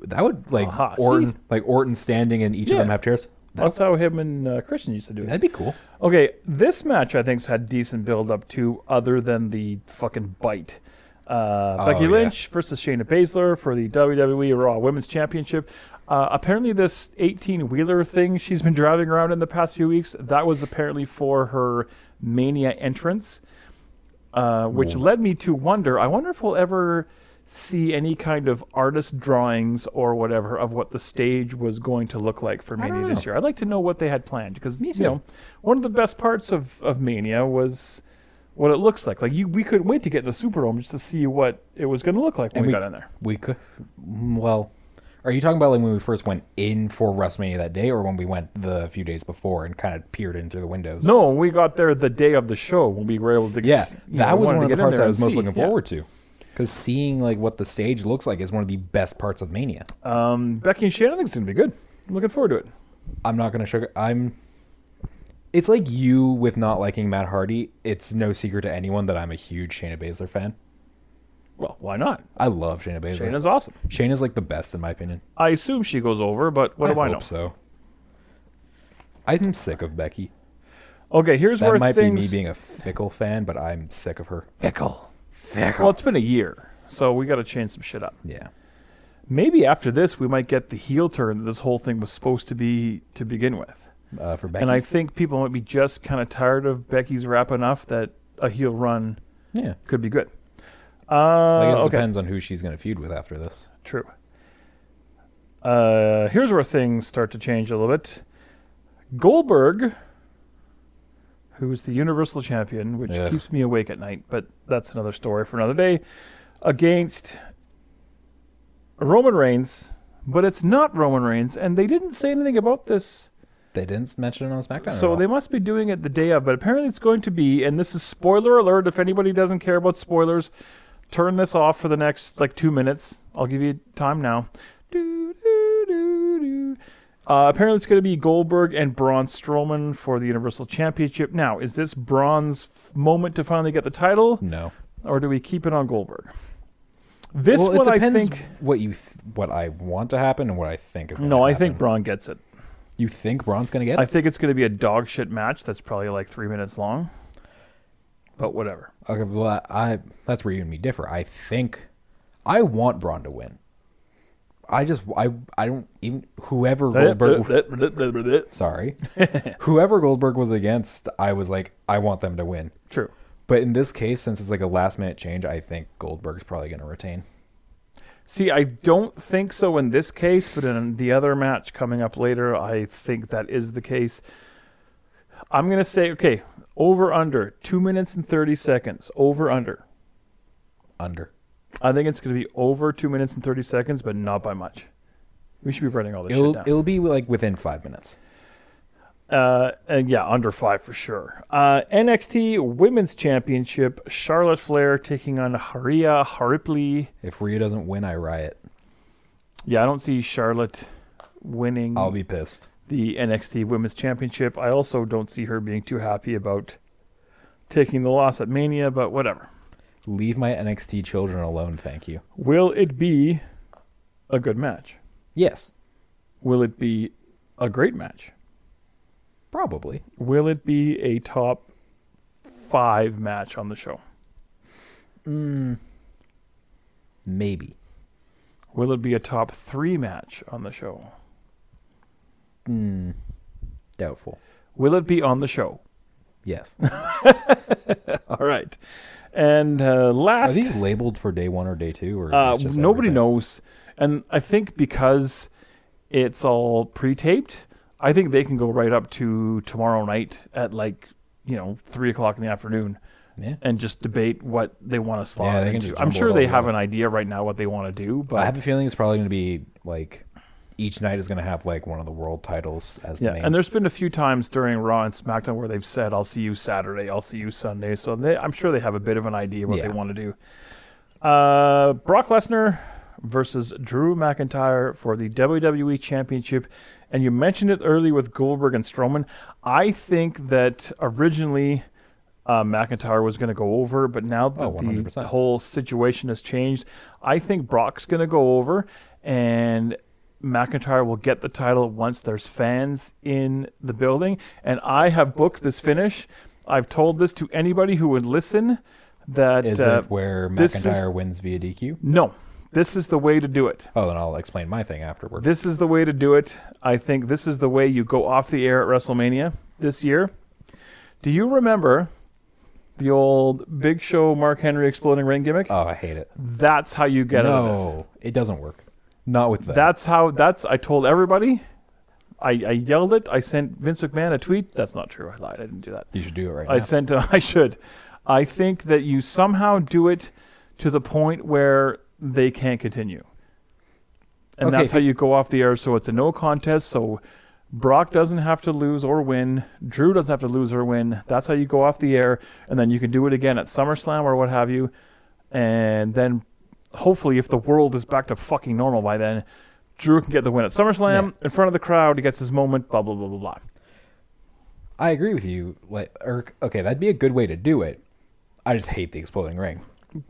Speaker 2: that would like
Speaker 1: Aha, see?
Speaker 2: Orton, like Orton standing in each of them
Speaker 1: Yeah.
Speaker 2: have chairs. That,
Speaker 1: That's how him and uh, Christian used to do it.
Speaker 2: that'd be cool.
Speaker 1: Okay, this match I think's had decent build up too, other than the fucking bite. Uh, Becky
Speaker 2: yeah.
Speaker 1: Lynch versus Shayna Baszler for the WWE Raw Women's Championship. Uh, apparently, this 18 wheeler thing she's been driving around in the past few weeks that was apparently for her Mania entrance, uh, which led me to wonder. I wonder if we'll ever see any kind of artist drawings or whatever of what the stage was going to look like for
Speaker 2: don't
Speaker 1: Mania this year
Speaker 2: know.
Speaker 1: year. I'd like to know what they had planned because you
Speaker 2: too.
Speaker 1: know one of the best parts of, of Mania was what it looks like. Like you, we couldn't wait to get in the Superdome just to see what it was going to look like when
Speaker 2: And
Speaker 1: we,
Speaker 2: we-
Speaker 1: got in there.
Speaker 2: We could. mm, Well, are you talking about like when we first went in for WrestleMania that day, or when we went the few days before and kind of peered in through the windows?
Speaker 1: No, we got there the day of the show when we were able to.
Speaker 2: Yeah,
Speaker 1: s- you know,
Speaker 2: that
Speaker 1: we
Speaker 2: was
Speaker 1: wanted to
Speaker 2: one of the
Speaker 1: get in
Speaker 2: parts
Speaker 1: there
Speaker 2: I
Speaker 1: and
Speaker 2: was most
Speaker 1: see.
Speaker 2: looking
Speaker 1: Yeah.
Speaker 2: forward to, because seeing like what the stage looks like is one of the best parts of Mania.
Speaker 1: Um, Becky and Shane, I think it's going to be good. I'm looking forward to it.
Speaker 2: I'm not gonna sugar. I'm. It's like you with not liking Matt Hardy. It's no secret to anyone that I'm a huge Shayna Baszler fan.
Speaker 1: Well, why not?
Speaker 2: I love Shayna
Speaker 1: Shane
Speaker 2: Baszler.
Speaker 1: is awesome.
Speaker 2: Shayna's like the best in my opinion.
Speaker 1: I assume she goes over, but what
Speaker 2: I
Speaker 1: do I
Speaker 2: hope
Speaker 1: know?
Speaker 2: so. I'm sick of Becky.
Speaker 1: Okay, here's
Speaker 2: That
Speaker 1: where
Speaker 2: might
Speaker 1: things
Speaker 2: be me being a fickle fan, but I'm sick of her.
Speaker 1: fickle.
Speaker 2: Fickle.
Speaker 1: Well, it's been a year, so we got to change some shit up.
Speaker 2: yeah.
Speaker 1: maybe after this we might get the heel turn that this whole thing was supposed to be to begin with.
Speaker 2: Uh, for Becky.
Speaker 1: And I think people might be just kind of tired of Becky's rap enough that a heel run
Speaker 2: yeah.
Speaker 1: could be good.
Speaker 2: I guess
Speaker 1: Uh,
Speaker 2: it
Speaker 1: okay,
Speaker 2: depends on who she's going to feud with after this.
Speaker 1: true. Uh, here's where things start to change a little bit. Goldberg, who's the Universal Champion, which
Speaker 2: Ugh.
Speaker 1: keeps me awake at night, but that's another story for another day, against Roman Reigns, but it's not Roman Reigns, and they didn't say anything about this,
Speaker 2: They didn't mention it on SmackDown.
Speaker 1: so they must be doing it the day of, but apparently it's going to be, and this is spoiler alert if anybody doesn't care about spoilers, turn this off for the next like two minutes. I'll give you time now. Doo, doo, doo, doo. Uh, apparently, it's going to be Goldberg and Braun Strowman for the Universal Championship. Now, is this Braun's f- moment to finally get the title,
Speaker 2: no.
Speaker 1: or do we keep it on Goldberg? This
Speaker 2: well,
Speaker 1: one,
Speaker 2: it depends
Speaker 1: I think.
Speaker 2: what you th- what I want to happen and what I think is. Gonna
Speaker 1: No, I
Speaker 2: happen.
Speaker 1: think Braun gets it.
Speaker 2: you think Braun's going to get.
Speaker 1: I
Speaker 2: it?
Speaker 1: think it's going to be a dog shit match that's probably like three minutes long. But whatever.
Speaker 2: okay, well, I, I that's where you and me differ. I think I want Braun to win. I just I I don't even whoever Goldberg sorry whoever Goldberg was against I was like I want them to win.
Speaker 1: True.
Speaker 2: But in this case, since it's like a last minute change, I think Goldberg's probably going to retain.
Speaker 1: See, I don't think so in this case, but in the other match coming up later, I think that is the case. I'm going to say, okay, over under, two minutes and 30 seconds, over under.
Speaker 2: Under.
Speaker 1: I think it's going to be over two minutes and 30 seconds, but not by much. We should be running all this shit
Speaker 2: It'll,
Speaker 1: down.
Speaker 2: it'll be like within five minutes.
Speaker 1: Uh, and yeah, under five for sure. Uh, NXT Women's Championship: Charlotte Flair taking on Haria Haripli.
Speaker 2: If Rhea doesn't win, I riot.
Speaker 1: Yeah, I don't see Charlotte winning
Speaker 2: I'll be pissed.
Speaker 1: the NXT Women's Championship. I also don't see her being too happy about taking the loss at Mania, but whatever.
Speaker 2: Leave my NXT children alone, thank you.
Speaker 1: Will it be a good match?
Speaker 2: Yes,
Speaker 1: Will it be a great match?
Speaker 2: probably.
Speaker 1: Will it be a top five match on the show?
Speaker 2: Mm. Maybe.
Speaker 1: Will it be a top three match on the show?
Speaker 2: Mm. Doubtful.
Speaker 1: Will it be on the show?
Speaker 2: Yes.
Speaker 1: All right. And uh,
Speaker 2: Are
Speaker 1: last,
Speaker 2: these labeled for day one or day two? Or
Speaker 1: uh,
Speaker 2: is just
Speaker 1: nobody
Speaker 2: everything?
Speaker 1: knows. And I think because it's all pre taped, I think they can go right up to tomorrow night at like, you know, three o'clock in the afternoon
Speaker 2: Yeah.
Speaker 1: and just debate what they want to slot.
Speaker 2: Yeah, they can
Speaker 1: into.
Speaker 2: just
Speaker 1: I'm
Speaker 2: jumble it
Speaker 1: sure
Speaker 2: all
Speaker 1: they have
Speaker 2: up.
Speaker 1: an idea right now what they want to do,
Speaker 2: I
Speaker 1: but.
Speaker 2: have a feeling it's probably going to be like each night is going to have like one of the world titles as
Speaker 1: Yeah,
Speaker 2: the main.
Speaker 1: and there's been a few times during Raw and SmackDown where they've said, "I'll see you Saturday, I'll see you Sunday." So they, I'm sure they have a bit of an idea what they
Speaker 2: Yeah.
Speaker 1: want to do. Uh, Brock Lesnar versus Drew McIntyre for the WWE Championship. And you mentioned it earlier with Goldberg and Strowman. I think that originally uh, McIntyre was going to go over, but now that
Speaker 2: Oh,
Speaker 1: the,
Speaker 2: 100%.
Speaker 1: the whole situation has changed, I think Brock's going to go over and McIntyre will get the title once there's fans in the building. And I have booked this finish. I've told this to anybody who would listen that
Speaker 2: Is
Speaker 1: uh,
Speaker 2: it where
Speaker 1: this is-
Speaker 2: McIntyre wins via DQ?
Speaker 1: no, this is the way to do it.
Speaker 2: Oh, then I'll explain my thing afterwards.
Speaker 1: This is the way to do it. I think this is the way you go off the air at WrestleMania this year. Do you remember the old Big Show Mark Henry exploding ring gimmick?
Speaker 2: oh, I hate it.
Speaker 1: That's how you get out of this.
Speaker 2: no, it doesn't work. Not with that.
Speaker 1: That's how. That's I told everybody. I, I yelled it. I sent Vince McMahon a tweet. That's not true. I lied. I didn't do that.
Speaker 2: you should do it right
Speaker 1: I
Speaker 2: now.
Speaker 1: sent. him- I should. I think that you somehow do it to the point where they can't continue, and
Speaker 2: Okay,
Speaker 1: that's how
Speaker 2: who-
Speaker 1: you go off the air. So it's a no contest. So Brock doesn't have to lose or win. Drew doesn't have to lose or win. That's how you go off the air, and then you can do it again at SummerSlam or what have you, and then hopefully, if the world is back to fucking normal by then. Drew can get the win at SummerSlam in front of the crowd. He gets his moment. Blah blah blah blah blah.
Speaker 2: I agree with you. Like, or, okay, that'd be a good way to do it. I just hate the exploding ring.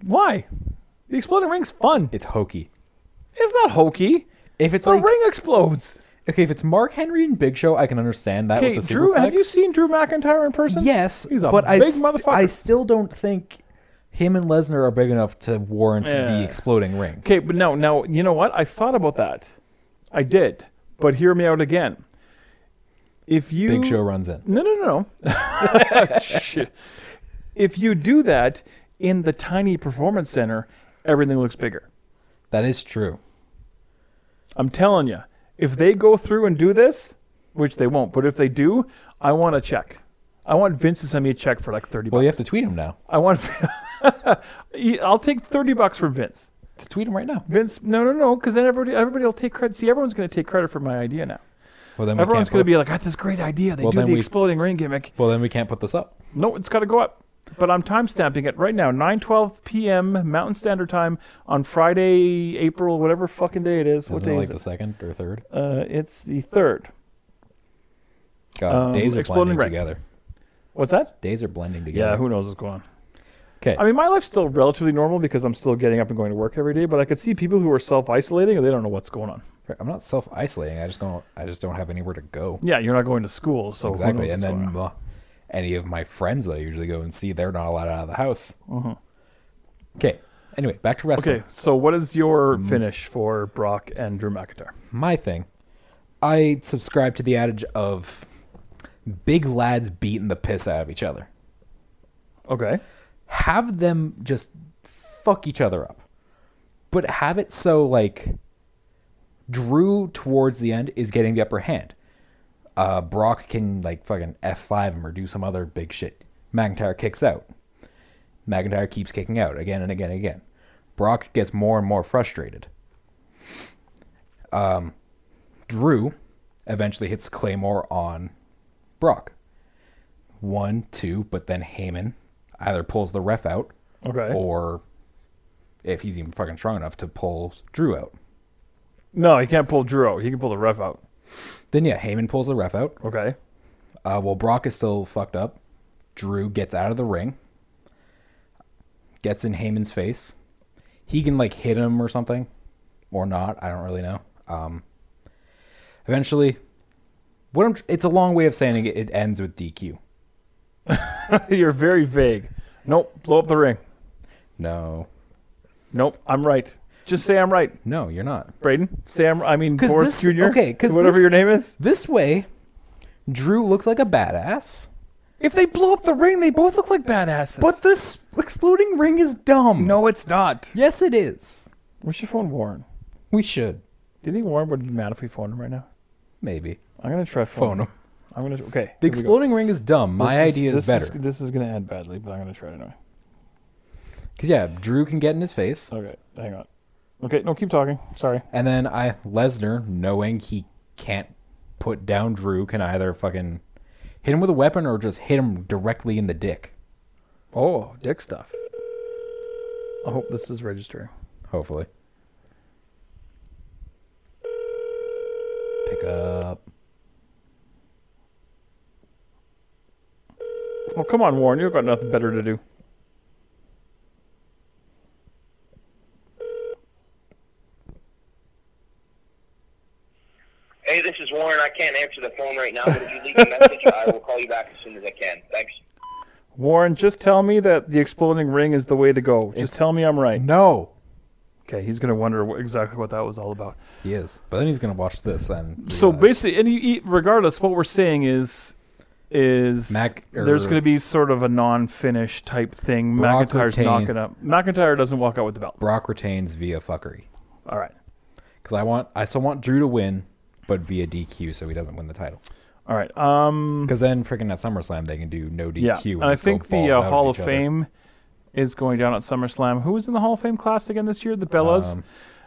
Speaker 1: Why? The exploding ring's fun.
Speaker 2: It's hokey.
Speaker 1: It's not hokey.
Speaker 2: If it's
Speaker 1: The
Speaker 2: like
Speaker 1: ring explodes.
Speaker 2: okay, if it's Mark Henry and Big Show, I can understand that.
Speaker 1: Okay,
Speaker 2: with the
Speaker 1: Drew, have you
Speaker 2: superplex.
Speaker 1: seen Drew McIntyre in person?
Speaker 2: Yes,
Speaker 1: He's a
Speaker 2: but I,
Speaker 1: big
Speaker 2: st-
Speaker 1: motherfucker.
Speaker 2: I still don't think him and Lesnar are big enough to warrant
Speaker 1: Yeah.
Speaker 2: the exploding ring.
Speaker 1: Okay, but no, now you know what? I thought about that. I did, but hear me out again. If you
Speaker 2: Big Show runs in.
Speaker 1: no, no, no, no. Shit. If you do that in the tiny performance center, everything looks bigger.
Speaker 2: That is true.
Speaker 1: I'm telling you, if they go through and do this, which they won't, but if they do, I want a check. I want Vince to send me a check for like thirty.
Speaker 2: Well,
Speaker 1: bucks.
Speaker 2: you have to tweet him now.
Speaker 1: I want. I'll take thirty bucks for Vince.
Speaker 2: To tweet him right now.
Speaker 1: Vince, no, no, no, because then everybody, everybody will take credit. See, everyone's going to take credit for my idea now.
Speaker 2: Well, then we
Speaker 1: Everyone's
Speaker 2: can't
Speaker 1: going
Speaker 2: put-
Speaker 1: to be like, "I had this great idea. They
Speaker 2: Well,
Speaker 1: do
Speaker 2: then
Speaker 1: the
Speaker 2: we-
Speaker 1: exploding ring gimmick."
Speaker 2: Well, then we can't put this up.
Speaker 1: No, it's got to go up. But I'm timestamping it right now, 9:12 p.m. Mountain Standard Time on Friday, April, whatever fucking day it is. What
Speaker 2: Isn't it
Speaker 1: day
Speaker 2: like
Speaker 1: is
Speaker 2: the
Speaker 1: it?
Speaker 2: second or third?
Speaker 1: Uh, it's the third.
Speaker 2: God,
Speaker 1: Um,
Speaker 2: days are
Speaker 1: exploding
Speaker 2: blending
Speaker 1: ring.
Speaker 2: together.
Speaker 1: What's that?
Speaker 2: Days are blending
Speaker 1: Yeah,
Speaker 2: together.
Speaker 1: who knows what's going on.
Speaker 2: Okay.
Speaker 1: I mean, my life's still relatively normal because I'm still getting up and going to work every day. But I could see people who are self-isolating and they don't know what's going on.
Speaker 2: I'm not self isolating. I just don't. I just don't have anywhere to go.
Speaker 1: Yeah, you're not going to school, so who
Speaker 2: exactly.
Speaker 1: knows
Speaker 2: And
Speaker 1: what's going on.
Speaker 2: then uh, any of my friends that I usually go and see, they're not allowed out of the house. Okay. Anyway, back to wrestling.
Speaker 1: Uh-huh. Okay, so what is your finish for Brock and Drew McIntyre?
Speaker 2: My thing. I subscribe to the adage of big lads beating the piss out of each other.
Speaker 1: Okay.
Speaker 2: have them just fuck each other up. But have it so like Drew towards the end is getting the upper hand. Uh, Brock can like fucking F5 him or do some other big shit. McIntyre kicks out. McIntyre keeps kicking out again and again and again. Brock gets more and more frustrated. Um, Drew eventually hits Claymore on Brock. One, two, but then Heyman either pulls the ref out
Speaker 1: Okay.
Speaker 2: or if he's even fucking strong enough to pull Drew out.
Speaker 1: No, he can't pull Drew out. He can pull the ref out.
Speaker 2: Then yeah, Heyman pulls the ref out.
Speaker 1: Okay.
Speaker 2: Uh, well, Brock is still fucked up. Drew gets out of the ring, gets in Heyman's face. He can like hit him or something, or not. I don't really know. Um, eventually, what I'm, it's a long way of saying it, it ends with DQ.
Speaker 1: you're very vague. Nope. Blow up the ring.
Speaker 2: No,
Speaker 1: Nope. I'm right. Just say I'm right,
Speaker 2: no, you're not.
Speaker 1: Braden. Say I'm. I mean,
Speaker 2: 'Cause
Speaker 1: Boris
Speaker 2: this-
Speaker 1: Jr.
Speaker 2: okay, 'cause
Speaker 1: whatever
Speaker 2: this-
Speaker 1: your name is.
Speaker 2: This way, Drew looks like a badass.
Speaker 1: If they blow up the ring, they both look like badasses.
Speaker 2: But this exploding ring is dumb.
Speaker 1: no, it's not.
Speaker 2: Yes, it is.
Speaker 1: We should phone Warren.
Speaker 2: We should.
Speaker 1: Do you think Warren would be mad if we phoned him right now?
Speaker 2: Maybe.
Speaker 1: I'm gonna try phone.
Speaker 2: Phone him.
Speaker 1: I'm gonna. Okay.
Speaker 2: The
Speaker 1: here we go.
Speaker 2: exploding ring is dumb. My
Speaker 1: This
Speaker 2: idea is
Speaker 1: this
Speaker 2: better.
Speaker 1: this is gonna end badly, but I'm gonna try it anyway.
Speaker 2: Because, yeah, Drew can get in his face.
Speaker 1: Okay, hang on. Okay, no, keep talking. Sorry.
Speaker 2: And then I Lesnar, knowing he can't put down Drew, can either fucking hit him with a weapon or just hit him directly in the dick.
Speaker 1: Oh, dick stuff. I hope this is registering.
Speaker 2: Hopefully. Pick up.
Speaker 1: Well, come on, Warren. You've got nothing better to do.
Speaker 3: Hey, this is Warren. I can't answer the phone right now, but if you leave a message, I will call you back as soon as I can. Thanks.
Speaker 1: Warren, just tell me that the exploding ring is the way to go. Just tell me I'm right.
Speaker 2: No.
Speaker 1: Okay, he's gonna wonder wh- exactly what that was all about.
Speaker 2: He is. But then he's going to watch this and.
Speaker 1: So
Speaker 2: realize-
Speaker 1: basically, and he, he- regardless, what we're saying is is
Speaker 2: Mac-
Speaker 1: there's
Speaker 2: er,
Speaker 1: going to be sort of a non-finish type thing.
Speaker 2: Brock
Speaker 1: McIntyre's
Speaker 2: retain-
Speaker 1: not going to. McIntyre doesn't walk out with the belt.
Speaker 2: Brock retains via fuckery.
Speaker 1: All right,
Speaker 2: Because I want, I still want Drew to win, but via DQ so he doesn't win the title.
Speaker 1: all right. Um,
Speaker 2: Because then, freaking at SummerSlam, they can do no DQ.
Speaker 1: yeah, and I
Speaker 2: this
Speaker 1: think
Speaker 2: gold
Speaker 1: the
Speaker 2: falls
Speaker 1: uh,
Speaker 2: out at
Speaker 1: Hall of
Speaker 2: each other.
Speaker 1: Fame is going down at SummerSlam. Who was in the Hall of Fame class again this year? The Bellas.
Speaker 2: Um,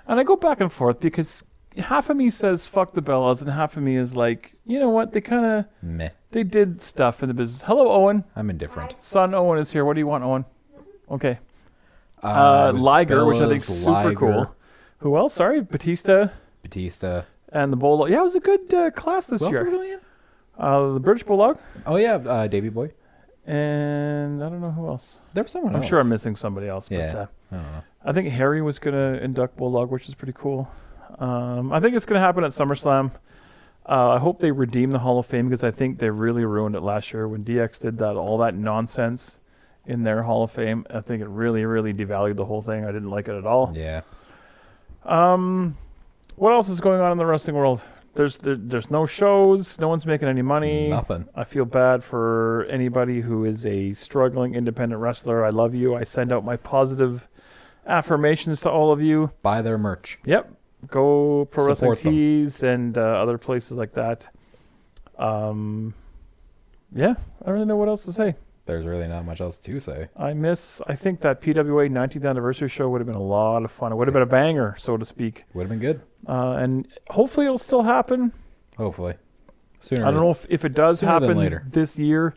Speaker 1: and I go back and forth because half of me says fuck the Bellas, and half of me is like, you know what? They kind of
Speaker 2: Meh.
Speaker 1: they did stuff in the business. Hello, Owen.
Speaker 2: I'm indifferent.
Speaker 1: Son Owen is here. What do you want, Owen? Okay.
Speaker 2: Uh,
Speaker 1: uh,
Speaker 2: it was
Speaker 1: Liger, which I think's
Speaker 2: Bellas,
Speaker 1: super
Speaker 2: Liger,
Speaker 1: cool. Who else? Sorry, Batista
Speaker 2: Batista.
Speaker 1: and the Bulldog. Yeah, it was a good uh, class this
Speaker 2: Who else
Speaker 1: year.
Speaker 2: is going in?
Speaker 1: Uh, the British Bulldog
Speaker 2: Oh yeah, uh, Davy Boy.
Speaker 1: and I don't know who else.
Speaker 2: There was someone
Speaker 1: I'm
Speaker 2: else.
Speaker 1: sure I'm missing somebody else. But,
Speaker 2: Yeah.
Speaker 1: uh,
Speaker 2: I don't know.
Speaker 1: I think Harry was going to induct Bulldog, which is pretty cool. Um, I think it's going to happen at SummerSlam. Uh, I hope they redeem the Hall of Fame because I think they really ruined it last year when DX did that all that nonsense in their Hall of Fame. I think it really, really devalued the whole thing. I didn't like it at all.
Speaker 2: Yeah.
Speaker 1: Um, what else is going on in the wrestling world? There's there, there's no shows. No one's making any money.
Speaker 2: Nothing.
Speaker 1: I feel bad for anybody who is a struggling independent wrestler. I love you. I send out my positive affirmations to all of you.
Speaker 2: Buy their merch.
Speaker 1: Yep. Go pro wrestling
Speaker 2: Support them.
Speaker 1: tees and uh, other places like that. Um, yeah, I don't really know what else to say.
Speaker 2: There's really not much else to say.
Speaker 1: I miss. I think that PWA 19th anniversary show would have been a lot of fun. It would have been a banger, so to speak.
Speaker 2: Would have been good.
Speaker 1: Uh, and hopefully it'll still happen.
Speaker 2: Hopefully. Sooner.
Speaker 1: I don't know if, if it does
Speaker 2: Sooner than
Speaker 1: happen
Speaker 2: later.
Speaker 1: this year.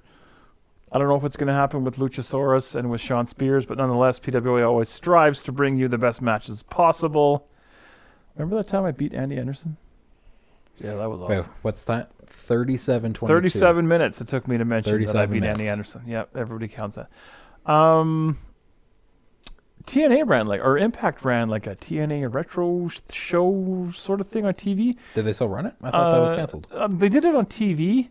Speaker 1: I don't know if it's going to happen with Luchasaurus and with Sean Spears, but nonetheless, PWA always strives to bring you the best matches possible. Remember that time I beat Andy Anderson? Yeah, that was
Speaker 2: Wait,
Speaker 1: awesome.
Speaker 2: what's time? 37 22.
Speaker 1: 37 minutes it took me to mention that I
Speaker 2: 37
Speaker 1: beat Andy
Speaker 2: minutes.
Speaker 1: Anderson. Yep, everybody counts that. Um, TNA ran like, or Impact ran like a TNA retro sh- show sort of thing on TV.
Speaker 2: Did they still run it? I thought that was
Speaker 1: Uh,
Speaker 2: canceled.
Speaker 1: Um, they did it on TV.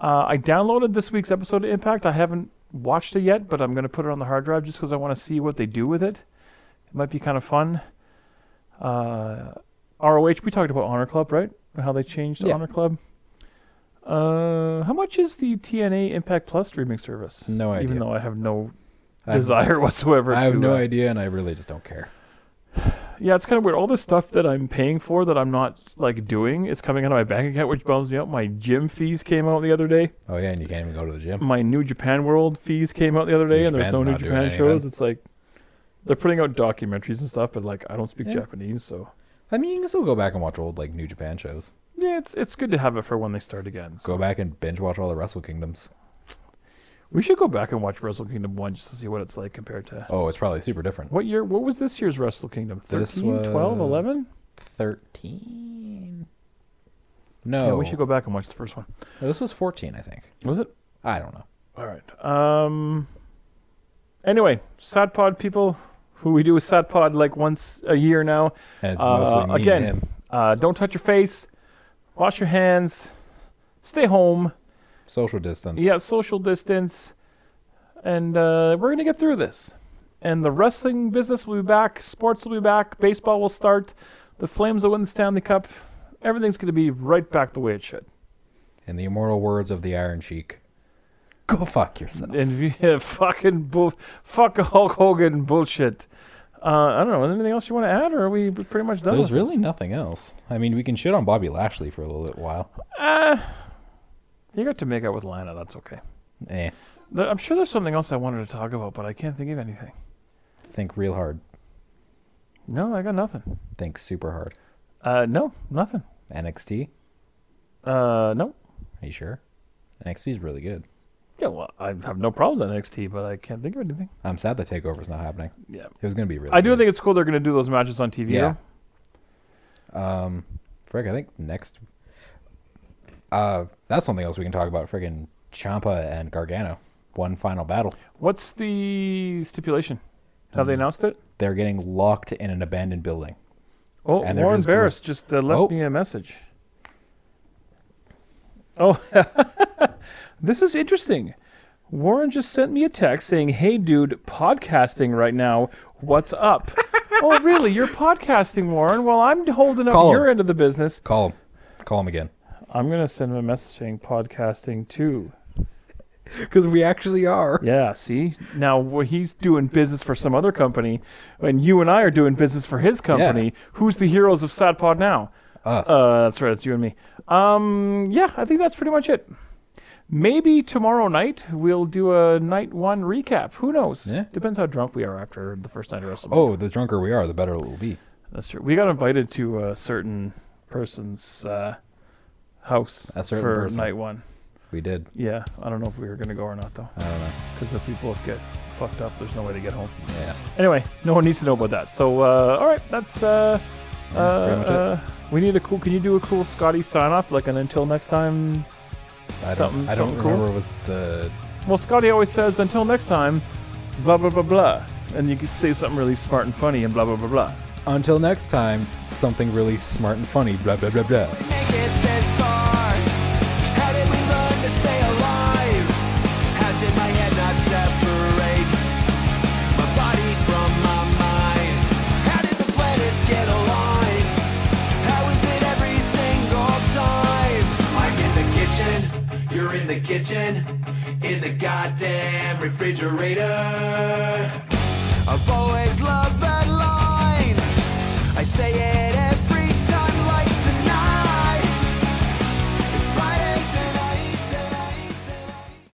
Speaker 1: Uh, I downloaded this week's episode of Impact. I haven't watched it yet, but I'm going to put it on the hard drive just because I want to see what they do with it. It might be kind of fun. Uh, ROH, we talked about Honor Club, right? How they changed
Speaker 2: Yeah.
Speaker 1: Honor Club. Uh, how much is the TNA Impact Plus streaming service?
Speaker 2: No idea.
Speaker 1: Even though I have no
Speaker 2: I have-
Speaker 1: desire whatsoever.
Speaker 2: I have
Speaker 1: to,
Speaker 2: no
Speaker 1: uh,
Speaker 2: idea, and I really just don't care.
Speaker 1: yeah, it's kind of weird. All this stuff that I'm paying for that I'm not like doing is coming out of my bank account, which bums me out. My gym fees came out the other day.
Speaker 2: Oh yeah, and you can't even go to the gym.
Speaker 1: My New Japan World fees came out the other day,
Speaker 2: New
Speaker 1: and there's no
Speaker 2: Japan's
Speaker 1: New
Speaker 2: not doing
Speaker 1: Japan shows.
Speaker 2: anything.
Speaker 1: It's like they're putting out documentaries and stuff, but like I don't speak
Speaker 2: Yeah.
Speaker 1: Japanese, so
Speaker 2: I mean, you can still go back and watch old like New Japan shows.
Speaker 1: yeah, it's it's good to have it for when they start again. So
Speaker 2: Go back and binge watch all the Wrestle Kingdoms.
Speaker 1: we should go back and watch Wrestle Kingdom one just to see what it's like compared to
Speaker 2: Oh, it's probably super different.
Speaker 1: what year. What was this year's Wrestle Kingdom?
Speaker 2: This
Speaker 1: 13, 12,
Speaker 2: was-
Speaker 1: 11? Yeah,
Speaker 2: Thirteen. No,
Speaker 1: we should go back and watch the first one.
Speaker 2: No, this was fourteen, I think.
Speaker 1: Was it?
Speaker 2: I don't know.
Speaker 1: All right. Um. Anyway, sad pod people, who we do a sad pod like once a year now.
Speaker 2: And it's
Speaker 1: Uh,
Speaker 2: mostly me
Speaker 1: again.
Speaker 2: and him.
Speaker 1: Uh, don't touch your face. Wash your hands. Stay home.
Speaker 2: Social distance.
Speaker 1: Yeah, social distance, and uh, we're gonna get through this. And the wrestling business will be back. Sports will be back. Baseball will start. The Flames will win the Stanley Cup. Everything's gonna be right back the way it should.
Speaker 2: In the immortal words of the Iron Cheek, "Go fuck yourself."
Speaker 1: And if you- fucking bull, fuck Hulk Hogan bullshit. Uh, I don't know. Anything else you want to add, or are we pretty much done?
Speaker 2: There's
Speaker 1: with
Speaker 2: really nothing else. I mean, we can shit on Bobby Lashley for a little bit while.
Speaker 1: this? Uh, you got to make out with Lana. That's okay.
Speaker 2: Eh,
Speaker 1: There, I'm sure there's something else I wanted to talk about, but I can't think of anything.
Speaker 2: think real hard.
Speaker 1: No, I got nothing.
Speaker 2: Think super hard.
Speaker 1: Uh, no, nothing.
Speaker 2: NXT.
Speaker 1: Uh, no.
Speaker 2: Are you sure? NXT is really good.
Speaker 1: Yeah, well, I have no problems on NXT, but I can't think of anything.
Speaker 2: I'm sad the takeover's not happening.
Speaker 1: Yeah.
Speaker 2: It was gonna be really.
Speaker 1: I do
Speaker 2: good.
Speaker 1: think it's cool they're going to do those matches on TV.
Speaker 2: Yeah.
Speaker 1: though.
Speaker 2: Um, Frick, I think next. Uh, that's something else we can talk about. Friggin' Champa and Gargano, one final battle.
Speaker 1: What's the stipulation? Have
Speaker 2: Mm.
Speaker 1: they announced it?
Speaker 2: They're getting locked in an abandoned building.
Speaker 1: Oh,
Speaker 2: And they're
Speaker 1: Warren
Speaker 2: just gonna-
Speaker 1: Barris just uh, left
Speaker 2: Oh.
Speaker 1: me a message. Oh, this is interesting. Warren just sent me a text saying, "Hey, dude, podcasting right now. What's up?" oh, really? You're podcasting, Warren? Well, I'm holding up
Speaker 2: Call him.
Speaker 1: your end of the business.
Speaker 2: Call him. Call him again.
Speaker 1: I'm gonna send him a message saying, "Podcasting too."
Speaker 2: Because we actually are.
Speaker 1: Yeah. See, now wh- he's doing business for some other company, and you and I are doing business for his company. Who's the heroes of SadPod now?
Speaker 2: Us.
Speaker 1: Uh, that's right. It's you and me. Um, yeah, I think that's pretty much it. Maybe tomorrow night we'll do a night one recap. Who knows?
Speaker 2: Yeah.
Speaker 1: Depends how drunk we are after the first night of WrestleMania.
Speaker 2: oh, the drunker we are, the better it will be.
Speaker 1: that's true. We got invited to a certain person's uh, house
Speaker 2: A certain
Speaker 1: for
Speaker 2: person.
Speaker 1: night one.
Speaker 2: We did.
Speaker 1: Yeah, I don't know if we were gonna go or not though,
Speaker 2: I don't know.
Speaker 1: because if we both get fucked up, there's no way to get home.
Speaker 2: Yeah.
Speaker 1: Anyway, no one needs to know about that. So, uh, all right, that's. Uh, uh,
Speaker 2: pretty much it.
Speaker 1: uh, we need a cool. Can you do a cool Scotty sign off? Like an until next time
Speaker 2: I don't,
Speaker 1: Something-
Speaker 2: I don't
Speaker 1: something cool?
Speaker 2: remember what the.
Speaker 1: Well, Scotty always says, until next time, blah, blah, blah, blah. And you can say something really smart and funny and blah, blah, blah, blah.
Speaker 2: Until next time, something really smart and funny. Blah, blah, blah, blah.
Speaker 4: Make it this far. How did we learn to stay alive? How did my head not separate my body from my mind? How did the planets get aligned? How is it every single time? I'm in the kitchen, you're in the kitchen, in the goddamn refrigerator. I've always loved that line. I say it